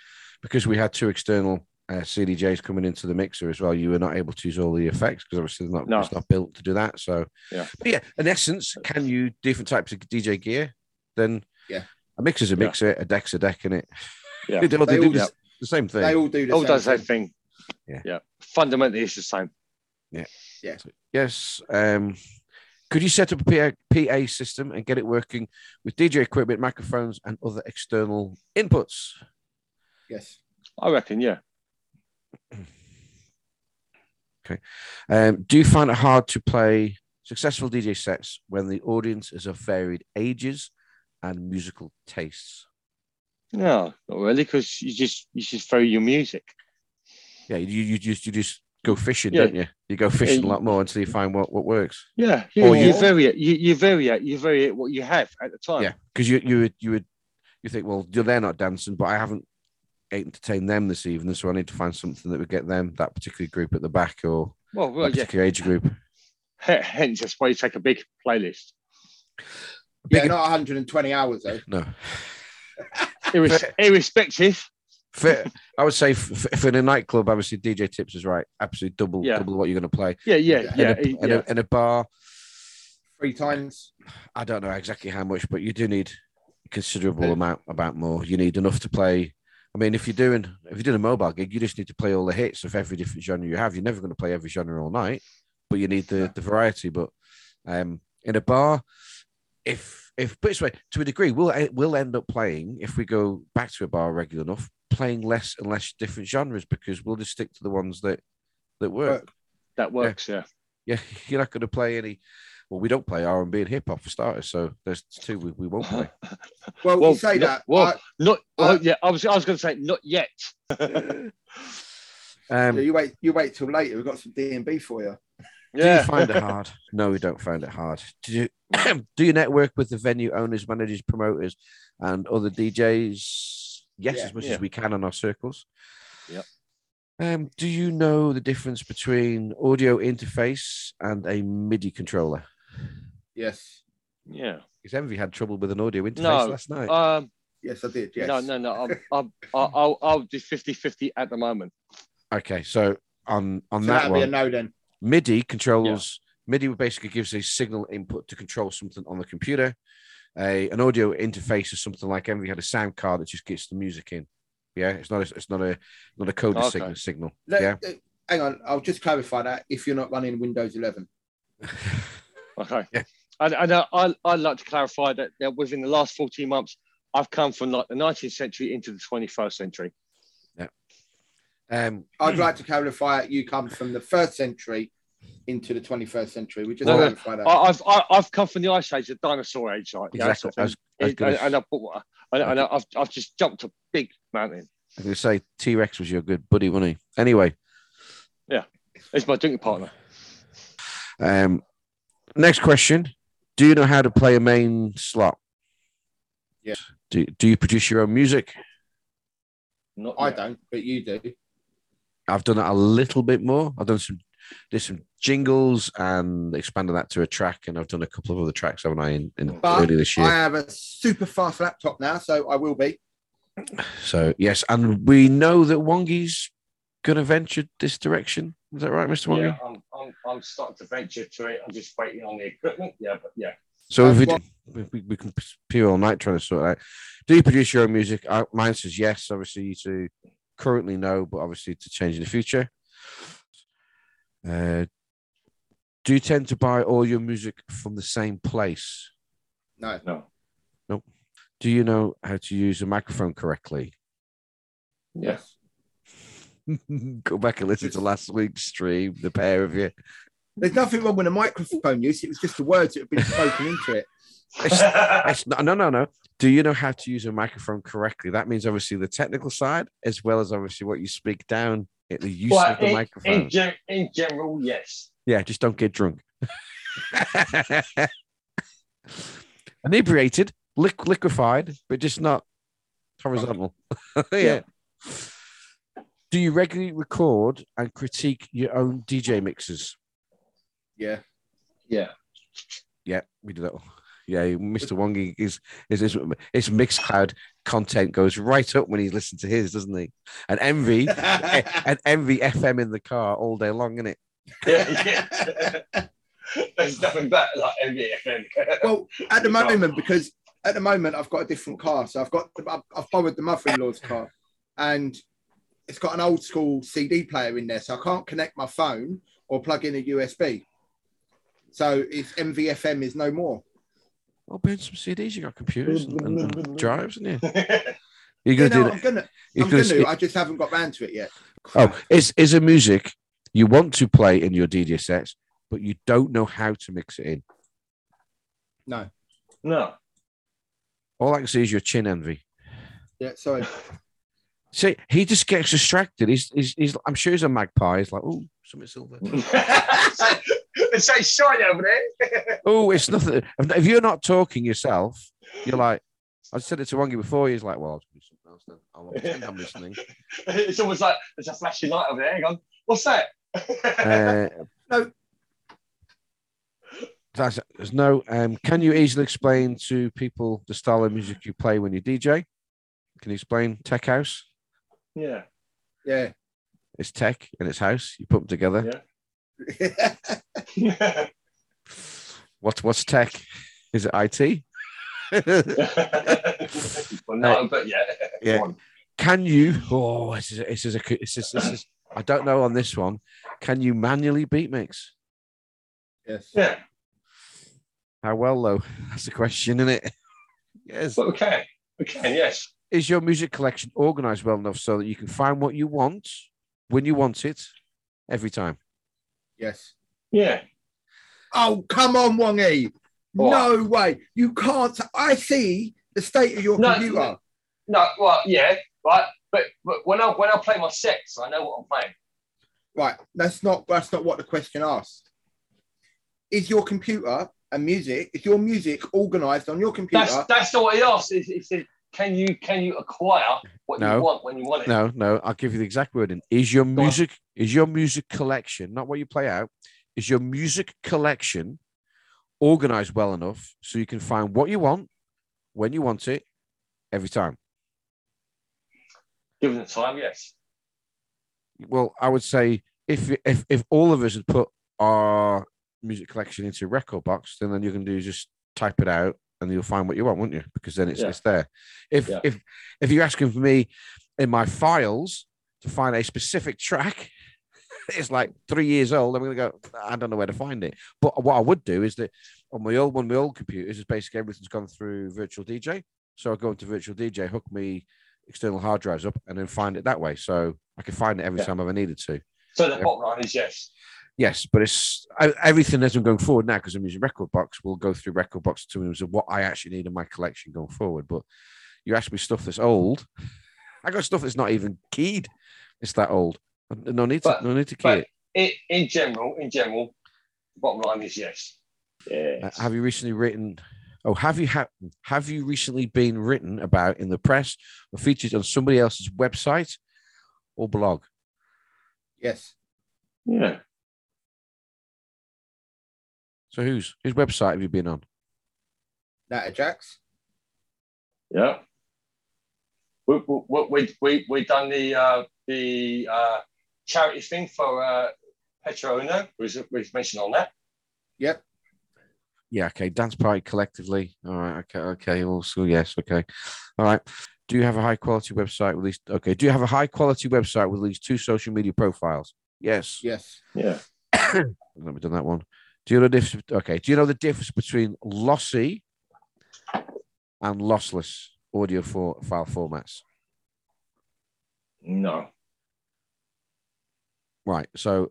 because we had two external uh, CDJs coming into the mixer as well. You were not able to use all the effects because obviously they're not
No.
it's not built to do that. So
Yeah.
but yeah. In essence, can you different types of DJ gear? Then
Yeah.
a mixer's a
Yeah.
mixer, a deck's a deck in it.
Yeah.
they, do- they
They
do
all
the-
just-
the same thing.
They all do the
All Oh, does
same.
that
thing.
thing.
Yeah.
yeah. Fundamentally, it's the same.
Yes. Um, could you set up a PA, PA system and get it working with DJ equipment, microphones, and other external inputs?
Yes.
I reckon. Yeah.
Um, do you find it hard to play successful DJ sets when the audience is of varied ages and musical tastes?
No, not really, because you just you just throw your music.
Yeah, you, you just you just go fishing,
Yeah.
don't you? You go fishing a
you-
lot more until you find what, what works.
Yeah, you,
Or
you,
you-
vary it. You, you vary it. You vary it what you have at the time.
Yeah, because you you would you would you think, well, they're not dancing, but I haven't entertained them this evening, so I need to find something that would get them that particular group at the back or
Well, well
that
yeah.
particular age group.
H- Hence, that's why you take a big playlist.
Yeah,
Big-
not 120 hours though.
No,
Irres- irrespective,
For, I would say for, for a nightclub, obviously DJ tips is right. Absolutely double
Yeah.
double what you're going to play.
Yeah, yeah,
In
yeah,
a- in,
yeah.
A, in a bar,
three times.
I don't know exactly how much, but you do need a considerable
Yeah.
amount about more. You need enough to play. I mean, if you're doing if you're doing a mobile gig, you just need to play all the hits of every different genre you have. You're never going to play every genre all night, but you need the, the variety. But um, in a bar, if if but it's way to a degree, we'll e- we'll end up playing if we go back to a bar regular enough, playing less and less different genres because we'll just stick to the ones that that work.
that works. Yeah,
Yeah, you're not going to play any. Well, we don't play R and B and hip hop for starters, so there's two we, we won't play.
Well,
Well,
you say
no-
that.
well,
I-
not.
Uh,
oh, yeah, I was. I was going to say not yet.
Um,
you wait. You wait till later. We've got some D and B for you.
Do
Yeah,
you find it hard? No, we don't find it hard. Do you do you network with the venue owners, managers, promoters, and other DJs? Yes,
Yeah.
as much
Yeah.
as we can in our circles.
Yep.
Um, do you know the difference between audio interface and a MIDI controller?
Yes.
yeah.
Because Envy had trouble with an audio interface
No.
last night.
Um,
Yes, I did. Yes.
no, no, no. I'm, I'm, I'll, I'll, I'll do 50-50 at the moment.
okay, so on on
So
that
that'd
one,
be a no then.
MIDI controls MIDI basically gives a signal input to control something on the computer. A an audio interface is something like Envy had a sound card that just gets the music in. Yeah, it's not a, it's not a not a coded
Okay.
signal signal.
Let-
yeah.
uh, hang on. I'll just clarify that. If you're not running Windows 11,
Okay.
Yeah.
And, and uh, I, I'd like to clarify that, that within the last 14 months, I've come from like the 19th century into the 21st century.
Um,
I'd like to clarify that you come from the first century into the 21st century. We just
No, no.
clarify that.
I, I've, I, I've come from the ice age, the dinosaur age, like you know,
exactly.
sort
I
of
was,
thing.
I was
It-
gonna,
and, and, I, bought- and, and uh, I've, I've just jumped a big mountain.
I was gonna say T Rex was your good buddy, wasn't he? Anyway,
It's my drinking partner.
um, next question: Do you know how to play a main slot?
Yeah.
Do, do you produce your own music?
Not
I
yet.
don't, but you do.
I've done that a little bit more. I've done some did some jingles and expanded that to a track, and I've done a couple of other tracks, haven't I, in, in
But
early this
I
year?
have a super fast laptop now, so I will be.
So yes, and we know that Wongi's gonna venture this direction. Is that right, Mr. Wongi?
Yeah, I'm, I'm, I'm starting to venture to it. I'm just waiting on the equipment. Yeah, but yeah.
So if
Uh,
we,
what-
do, we we can pew all night trying to sort it out. Do you produce your own music? Uh, mine says yes. Obviously, to currently no, but obviously to change in the future. Uh, do you tend to buy all your music from the same place?
No,
No.
Do you know how to use a microphone correctly?
Yes.
Go back and listen to last week's stream, the pair of you.
there's nothing wrong with a microphone use. It was just the words that have been spoken into it.
It's not, no, no, no. Do you know how to use a microphone correctly? That means obviously the technical side, as well as obviously what you speak down at the use
Well,
of the
in-
microphone.
In, gen- in general, yes.
yeah, just don't get drunk. Inebriated, liq- liquefied, but just not horizontal. yeah. Do you regularly record and critique your own DJ mixes?
Yeah.
Yeah.
Yeah, we do that. one. Yeah, Mr. Wongi is is his, his Mixcloud content goes right up when he listens to his, doesn't he? And envy and envy FM in the car all day long, isn't it?
There's nothing better like MVFM.
well, at the moment, because at the moment I've got a different car, so I've got I've, I've borrowed the mother-in-law's car, and it's got an old school CD player in there, so I can't connect my phone or plug in a USB. So it's MVFM is no more.
Well, burn some CDs. You got computers and, and- and drives, and you you're
You
gonna
know,
do
I'm
that.
gonna,
You're
I'm
gonna
gonna,
s-
I just haven't got round to it yet.
oh, is is a music you want to play in your DJ sets, but you don't know how to mix it in.
No,
no.
All I can see is your chin envy.
yeah, sorry.
See, he just gets distracted. He's, he's, he's I'm sure he's a magpie. He's like, oh, something silver.
it's so shiny over there.
Oh, it's nothing. If, if you're not talking yourself, you're like, I said it to Wongi before. He's like, well, I'll do something else then. I'll pretend I'm listening.
it's almost like there's a flashing light over there. Hang on. What's that?
Uh,
No.
That's, there's no. Um, can you easily explain to people the style of music you play when you DJ? Can you explain tech house?
Yeah.
Yeah.
It's tech in its house. You put them together.
Yeah. Yeah.
What's what's tech? Is it IT?
well, no, but yeah.
Yeah.
Go on.
can you? Oh, this is this is a this is, this is I don't know on this one. Can you manually beat mix?
yes.
Yeah.
How well though? That's the question, isn't it? Yes.
But we can. We can, yes.
Is your music collection organized well enough so that you can find what you want when you want it every time?
Yes.
Yeah.
Oh, come on, Wongy.
What?
No way. You can't. I see the state of your
No,
computer.
no. No, well, yeah, right. But, but when I when I play my sets, I know what I'm playing.
Right. That's not that's not what the question asks. Is your computer and music, is your music organized on your computer?
That's that's not what he asked. Is he said, can you can you acquire what
No.
you want when you want it?
No, no, I'll give you the exact wording. Is your
on.
music is your music collection, not what you play out, is your music collection organized well enough so you can find what you want when you want it every time?
Given the time, yes.
well, I would say if if if all of us had put our music collection into record box, then then you can do is just type it out and you'll find what you want, won't you? Because then it's
Yeah.
it's there. If
Yeah.
if if you're asking for me in my files to find a specific track, it's like three years old. I'm gonna go. I don't know where to find it. But what I would do is that on my old one, of my old computers is basically everything's gone through Virtual DJ. So I go into Virtual DJ, hook me external hard drives up, and then find it that way. So I can find it every
Yeah.
time I've needed to.
So the
Yeah.
bottom line is yes.
Yes, but it's I- everything as I'm going forward now because I'm using Record Box. We'll go through Record Box in terms of what I actually need in my collection going forward. But you ask me stuff that's old, I got stuff that's not even keyed. It's that old. No need to
But-
no need to key
but-
it.
It, in general, in general, the bottom line is yes. Yeah.
Uh, have you recently written? Oh, have you ha- have you recently been written about in the press or featured on somebody else's website or blog?
yes.
Yeah.
So whose whose website have you been on?
That Jax.
Yeah. We we we we we done the uh, the uh, charity thing for uh, Petro Uno. Was was mentioned on that?
Yep.
Yeah, okay. Dance party collectively. All right, okay, okay. Also, yes, okay. All right. Do you have a high quality website with these? Okay. Do you have a high quality website with these two social media profiles? Yes.
Yes.
Yeah.
Let me do that one. Do you know the difference? Okay. Do you know the difference between lossy and lossless audio for file formats?
No.
Right. So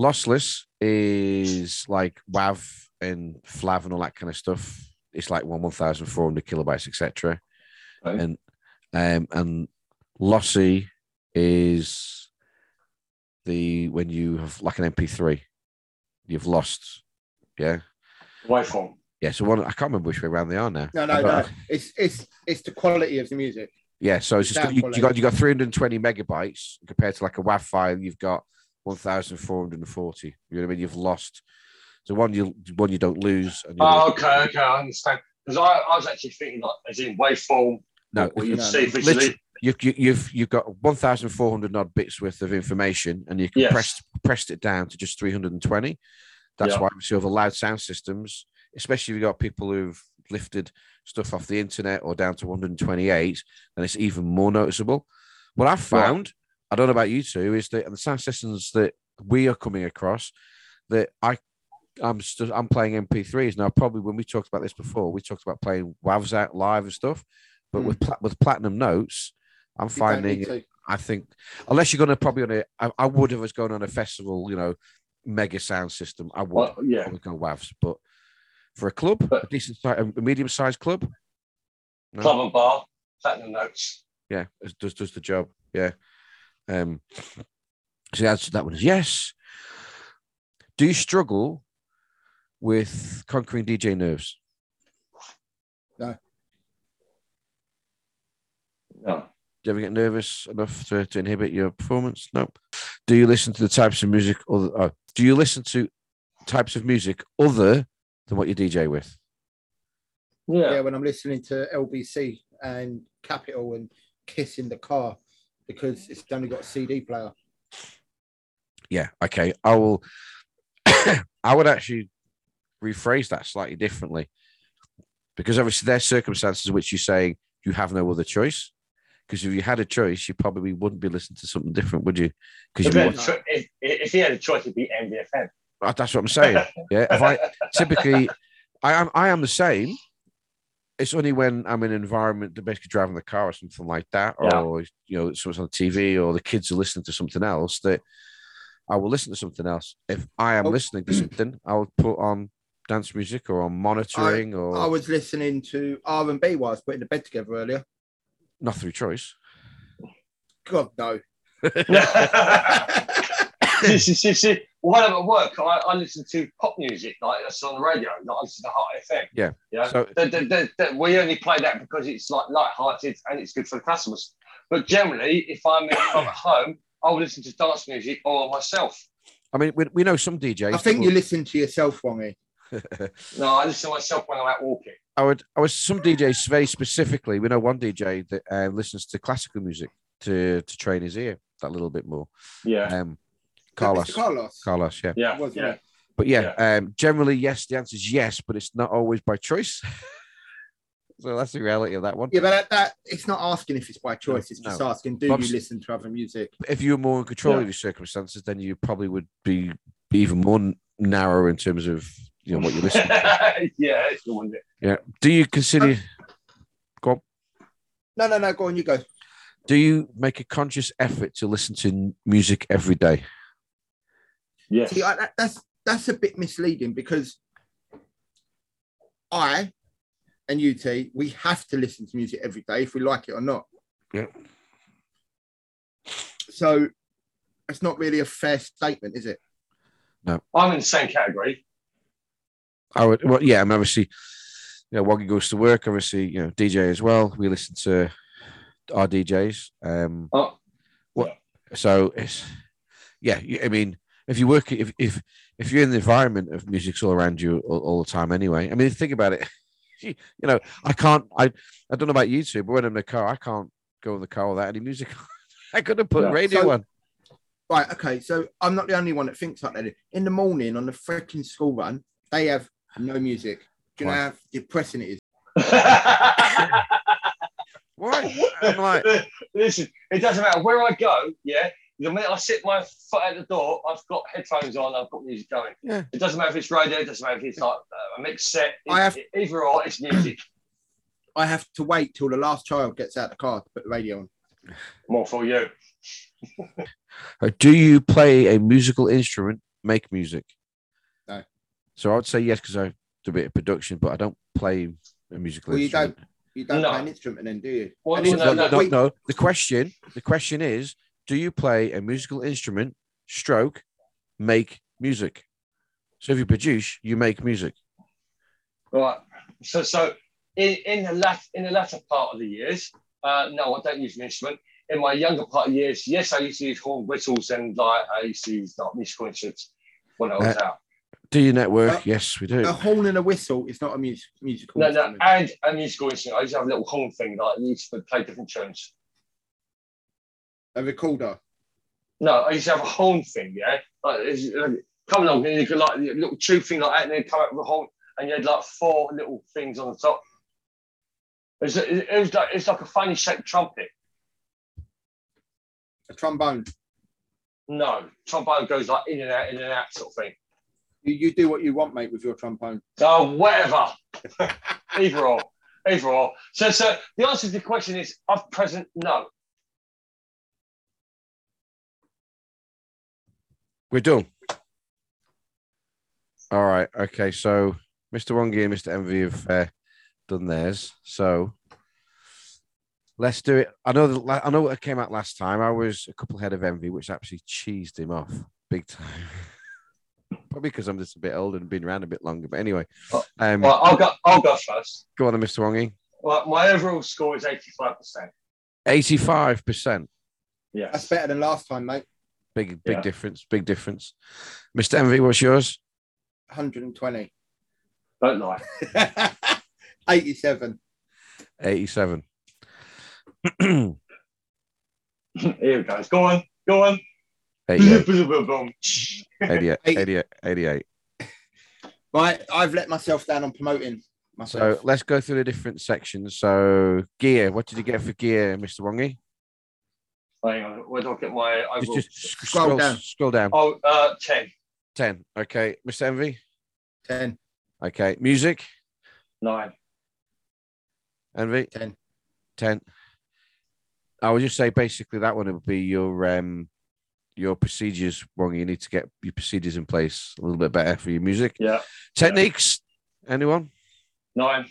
lossless is like WAV and FLAV and all that kind of stuff. It's like one one thousand four hundred kilobytes, etc.
Okay.
And um and lossy is the when you have like an MP3, you've lost. Yeah.
Waveform.
Yeah. So one I can't remember which way around they are now.
No,
I
no,
don't-
no. It's it's it's the quality of the music.
Yeah, so it's
It's
just got,
down
you,
quality.
you got you got 320 megabytes compared to like a WAV file. You've got 1,440. You know what I mean? You've lost. So one you one you don't lose. And you
Oh, okay, okay, I understand. Because I, I was actually thinking like as in waveform.
no,
what
you,
you
no,
see
no.
visually.
Literally- you've you, you've you've got 1,400 and odd bits worth of information, and you compressed pressed it down to just 320. That's
Yeah.
why we see over loud sound systems, especially if you've got people who've lifted stuff off the internet or down to 128, and it's even more noticeable. What I've
Right.
found, I don't know about you two, is that the sound systems that we are coming across, that I I'm st- I'm playing MP3s now. Probably when we talked about this before, we talked about playing WAVs out live and stuff. But with pla- with platinum notes, I'm
Hmm. You don't
finding
need to.
I think unless you're going to probably on a, I, I would have was going on a festival, you know, mega sound system. I would
Well, yeah,
I would go WAVs, but for a club, a
But-
decent, si- a medium sized club, no.
club and bar, platinum notes.
yeah, it does does the job. Yeah. Um. So that's that one is yes. Do you struggle with conquering DJ nerves?
No,
Do you ever get nervous enough to, to inhibit your performance? No. Do you listen to the types of music other? Oh, do you listen to types of music other than what you DJ with?
yeah,
Yeah, when I'm listening to LBC and Capital and Kiss in the car, because it's only got a CD player.
yeah, okay. I will. I would actually rephrase that slightly differently because obviously there's circumstances in which you're saying you have no other choice. Because if you had a choice, you probably wouldn't be listening to something different, would you? Because
If,
you
he
want-
had a cho- if, if he had a choice, it'd be MDFM.
Uh, That's what I'm saying. Yeah. If I typically, I am, I am the same. It's only when I'm in an environment that basically driving the car or something like that,
Yeah.
or you know, someone's on TV or the kids are listening to something else that I will listen to something else. If I am
Oh.
listening to something, I'll put on dance music or on monitoring or
I was listening to R and B while I was putting the bed together earlier.
not through choice.
God no.
see, see, see, see. When I'm at work, I, I listen to pop music, like that's on the radio, like I listen to Heart FM.
Yeah.
Yeah.
So-
That- that- that- that- we only play that because it's like light-hearted and it's good for the customers. But generally, if I'm, if I'm at home, I'll listen to dance music or myself.
I mean, we, we know some DJs.
I
that
think
will-
you listen to yourself, Wongy.
No, I listen to myself when I'm out walking.
I would, I was some DJs very specifically. We know one DJ that uh, listens to classical music to to train his ear that little bit more.
Yeah.
Um, Carlos,
Mr. Carlos.
Carlos, yeah.
Yeah.
Wasn't
yeah.
it?
But yeah, um, generally, yes, the answer is yes, but it's not always by choice. so that's the reality of that one.
Yeah, but that, that it's not asking if it's by choice. It's
No.
just asking, do
Bob's-
you listen to other music?
If you were more in control
Yeah.
of your circumstances, then you probably would be, be even more n- narrow in terms of you know what you listen. to.
yeah, it's the one that-
Do you consider?
No, no, no. Go on, you go.
Do you make a conscious effort to listen to n- music every day?
Yes.
See, I, that, that's that's a bit misleading because I and UT we have to listen to music every day if we like it or not.
Yeah.
So it's not really a fair statement, is it?
I'm in the same category.
I would. Well, yeah, I mean, obviously, you know, Woggy goes to work. Obviously, you know, DJ as well. We listen to our DJs. Um,
Oh,
so it's yeah you- i mean if you work if if if you're in the environment of music's all around you all, all the time anyway i mean think about it you know i can't i i don't know about you two but when i'm in the car i can't go in the car without any music on. i couldn't put
No.
radio
So-
on
Right. Okay. So I'm not the only one that thinks like that. In the morning on the freaking school run, they have no music. Do you know
Right.
how depressing it is?
why i'm like
Listen, it doesn't matter where I go. Yeah, the minute I sit my foot out the door, I've got headphones on. I've got music going.
Yeah.
It doesn't matter if it's radio. It doesn't matter if it's like uh, a mixed set.
I have-
It- either or. It's music.
I have to wait till the last child gets out of the car to put the radio on.
More for you.
uh, do you play a musical instrument make music
No.
so i would say yes because i do a bit of production but i don't play a musical
Well, you
instrument
don't. You don't
No.
play an instrument then, do you?
Well,
And it's-
no,
No,
no,
no,
no,
wait.
no. The question, the question is, do you play a musical instrument? Stroke, make music. So if you produce, you make music.
Right. So, so in, in the lat in the latter part of the years, uh, no, I don't use an instrument. In my younger part of the years, yes, I used to use horn whistles and like I used to use like musical instruments when I was out.
Do you network?
Uh,
yes, we do.
A horn and a whistle is not a mus- musical.
No, no,
instrument.
and a musical instrument. I used to have a little horn thing that I used to play different tunes.
A recorder.
No, I used to have a horn thing, yeah. Like, it's, like, come along, and you could like a little tube thing like that, and then come out with a horn, and you had like four little things on the top. It was, it was like it's like a funny shaped trumpet.
A trombone.
No, trombone goes like in and out, in and out, sort of thing.
You, you do what you want, mate, with your trombone.
Oh, whatever. Either or. Either or. So, so the answer to the question is of present, no.
We're done. All right. Okay. So Mr. Wongi and Mr. Envy have uh, done theirs. So let's do it. I know. That, la- I know what came out last time. I was a couple ahead of Envy, which actually cheesed him off big time. Probably because I'm just a bit older and been around a bit longer. But anyway,
Oh,
um,
Right, I'll go. I'll go first.
go on, then, Mr. Wongi.
Right, my overall score is eighty-five percent.
Eighty-five percent.
Yeah.
That's better than last time, mate.
Big, big
Yeah.
difference. Big difference. Mr. Envy, what's yours?
120.
Don't lie.
87.
Eighty-seven.
Here it goes. Go on. Go on.
88,
Boom.
88,
Eight.
88, 88.
Right, I've let myself down on promoting myself.
So let's go through the different sections. So gear, what did you get for gear, Mr. Wongi?
Hang on. Where do I get my
Just,
overall?
just sc- scroll, scroll down.
down.
Scroll down.
Oh, uh, 10.
10. Okay. Mr. Envy?
Ten,
Okay. Music?
9.
Envy?
10.
10. I would just say basically that one would be your um your procedures wrong. You need to get your procedures in place a little bit better for your music.
Yeah.
Techniques? Anyone?
9.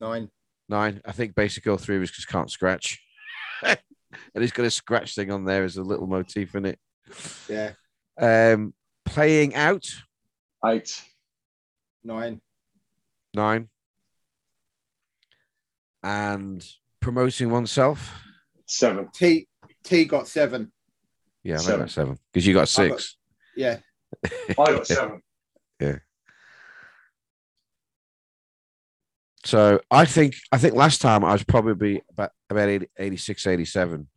nine.
Nine. I think basically all three of us just can't scratch. and he's got a scratch thing on there as a little motif in it.
Yeah,
Um playing out,
8.
nine.
nine. And promoting oneself.
7.
T T got seven.
Yeah, I think
Seven.
that's seven. Because you got
I got-
six.
Yeah,
I got 7.
So I think I think last time I was probably about about 80, 86, 87,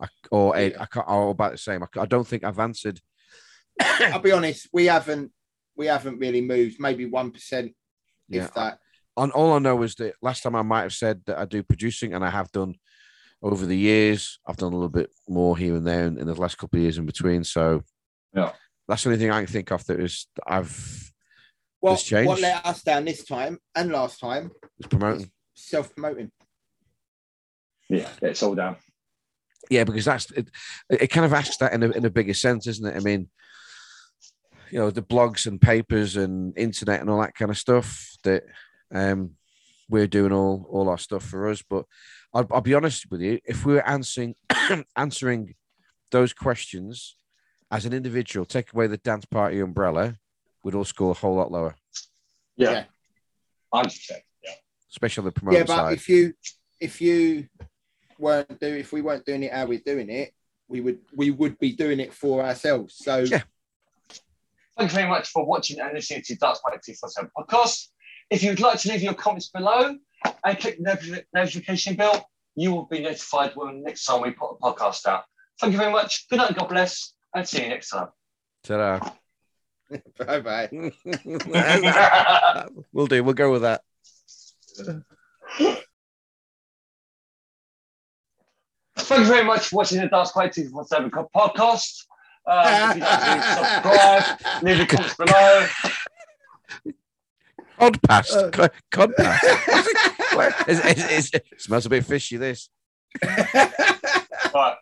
I, or eight, I can't, or about the same. I, c- I don't think I've answered.
I'll be honest. We haven't we haven't really moved. Maybe one percent,
Yeah,
if that.
on all I know is that last time I might have said that I do producing, and I have done over the years. I've done a little bit more here and there in, in the last couple of years in between. So
Yeah.
that's the only thing I can think of that is that I've
What
It's changed.
what let us down this time and last time?
was promoting.
Self promoting.
Yeah, it's all down.
Yeah, because that's it. It kind of asks that in a in a bigger sense, isn't it? I mean, you know, the blogs and papers and internet and all that kind of stuff that um, we're doing all all our stuff for us. But I'll, I'll be honest with you, if we were answering answering those questions as an individual, take away the dance party umbrella, we'd all score a whole lot lower,
Yeah.
Yeah.
100%. Yeah.
especially on the
Yeah,
promoter
but
side.
if you if you weren't do if we weren't doing it how we're doing it, we would we would be doing it for ourselves. So
Yeah.
Thank you very much for watching and listening to Darts Party 247 podcast. If you'd like to leave your comments below and click the notif- notification bell, you will be notified when next time we put a podcast out. Thank you very much. Good night, God bless, and see you next time.
Ta-da.
bye bye.
we'll do. We'll go with that.
Thank you very much for watching the Darts Party 247 co- podcast. Uh, if you'd like to subscribe, leave your comments below.
Cod past.
Uh,
Co- Cod past. What's it- what- it's- it's- it's- smells a bit fishy. This.
Right.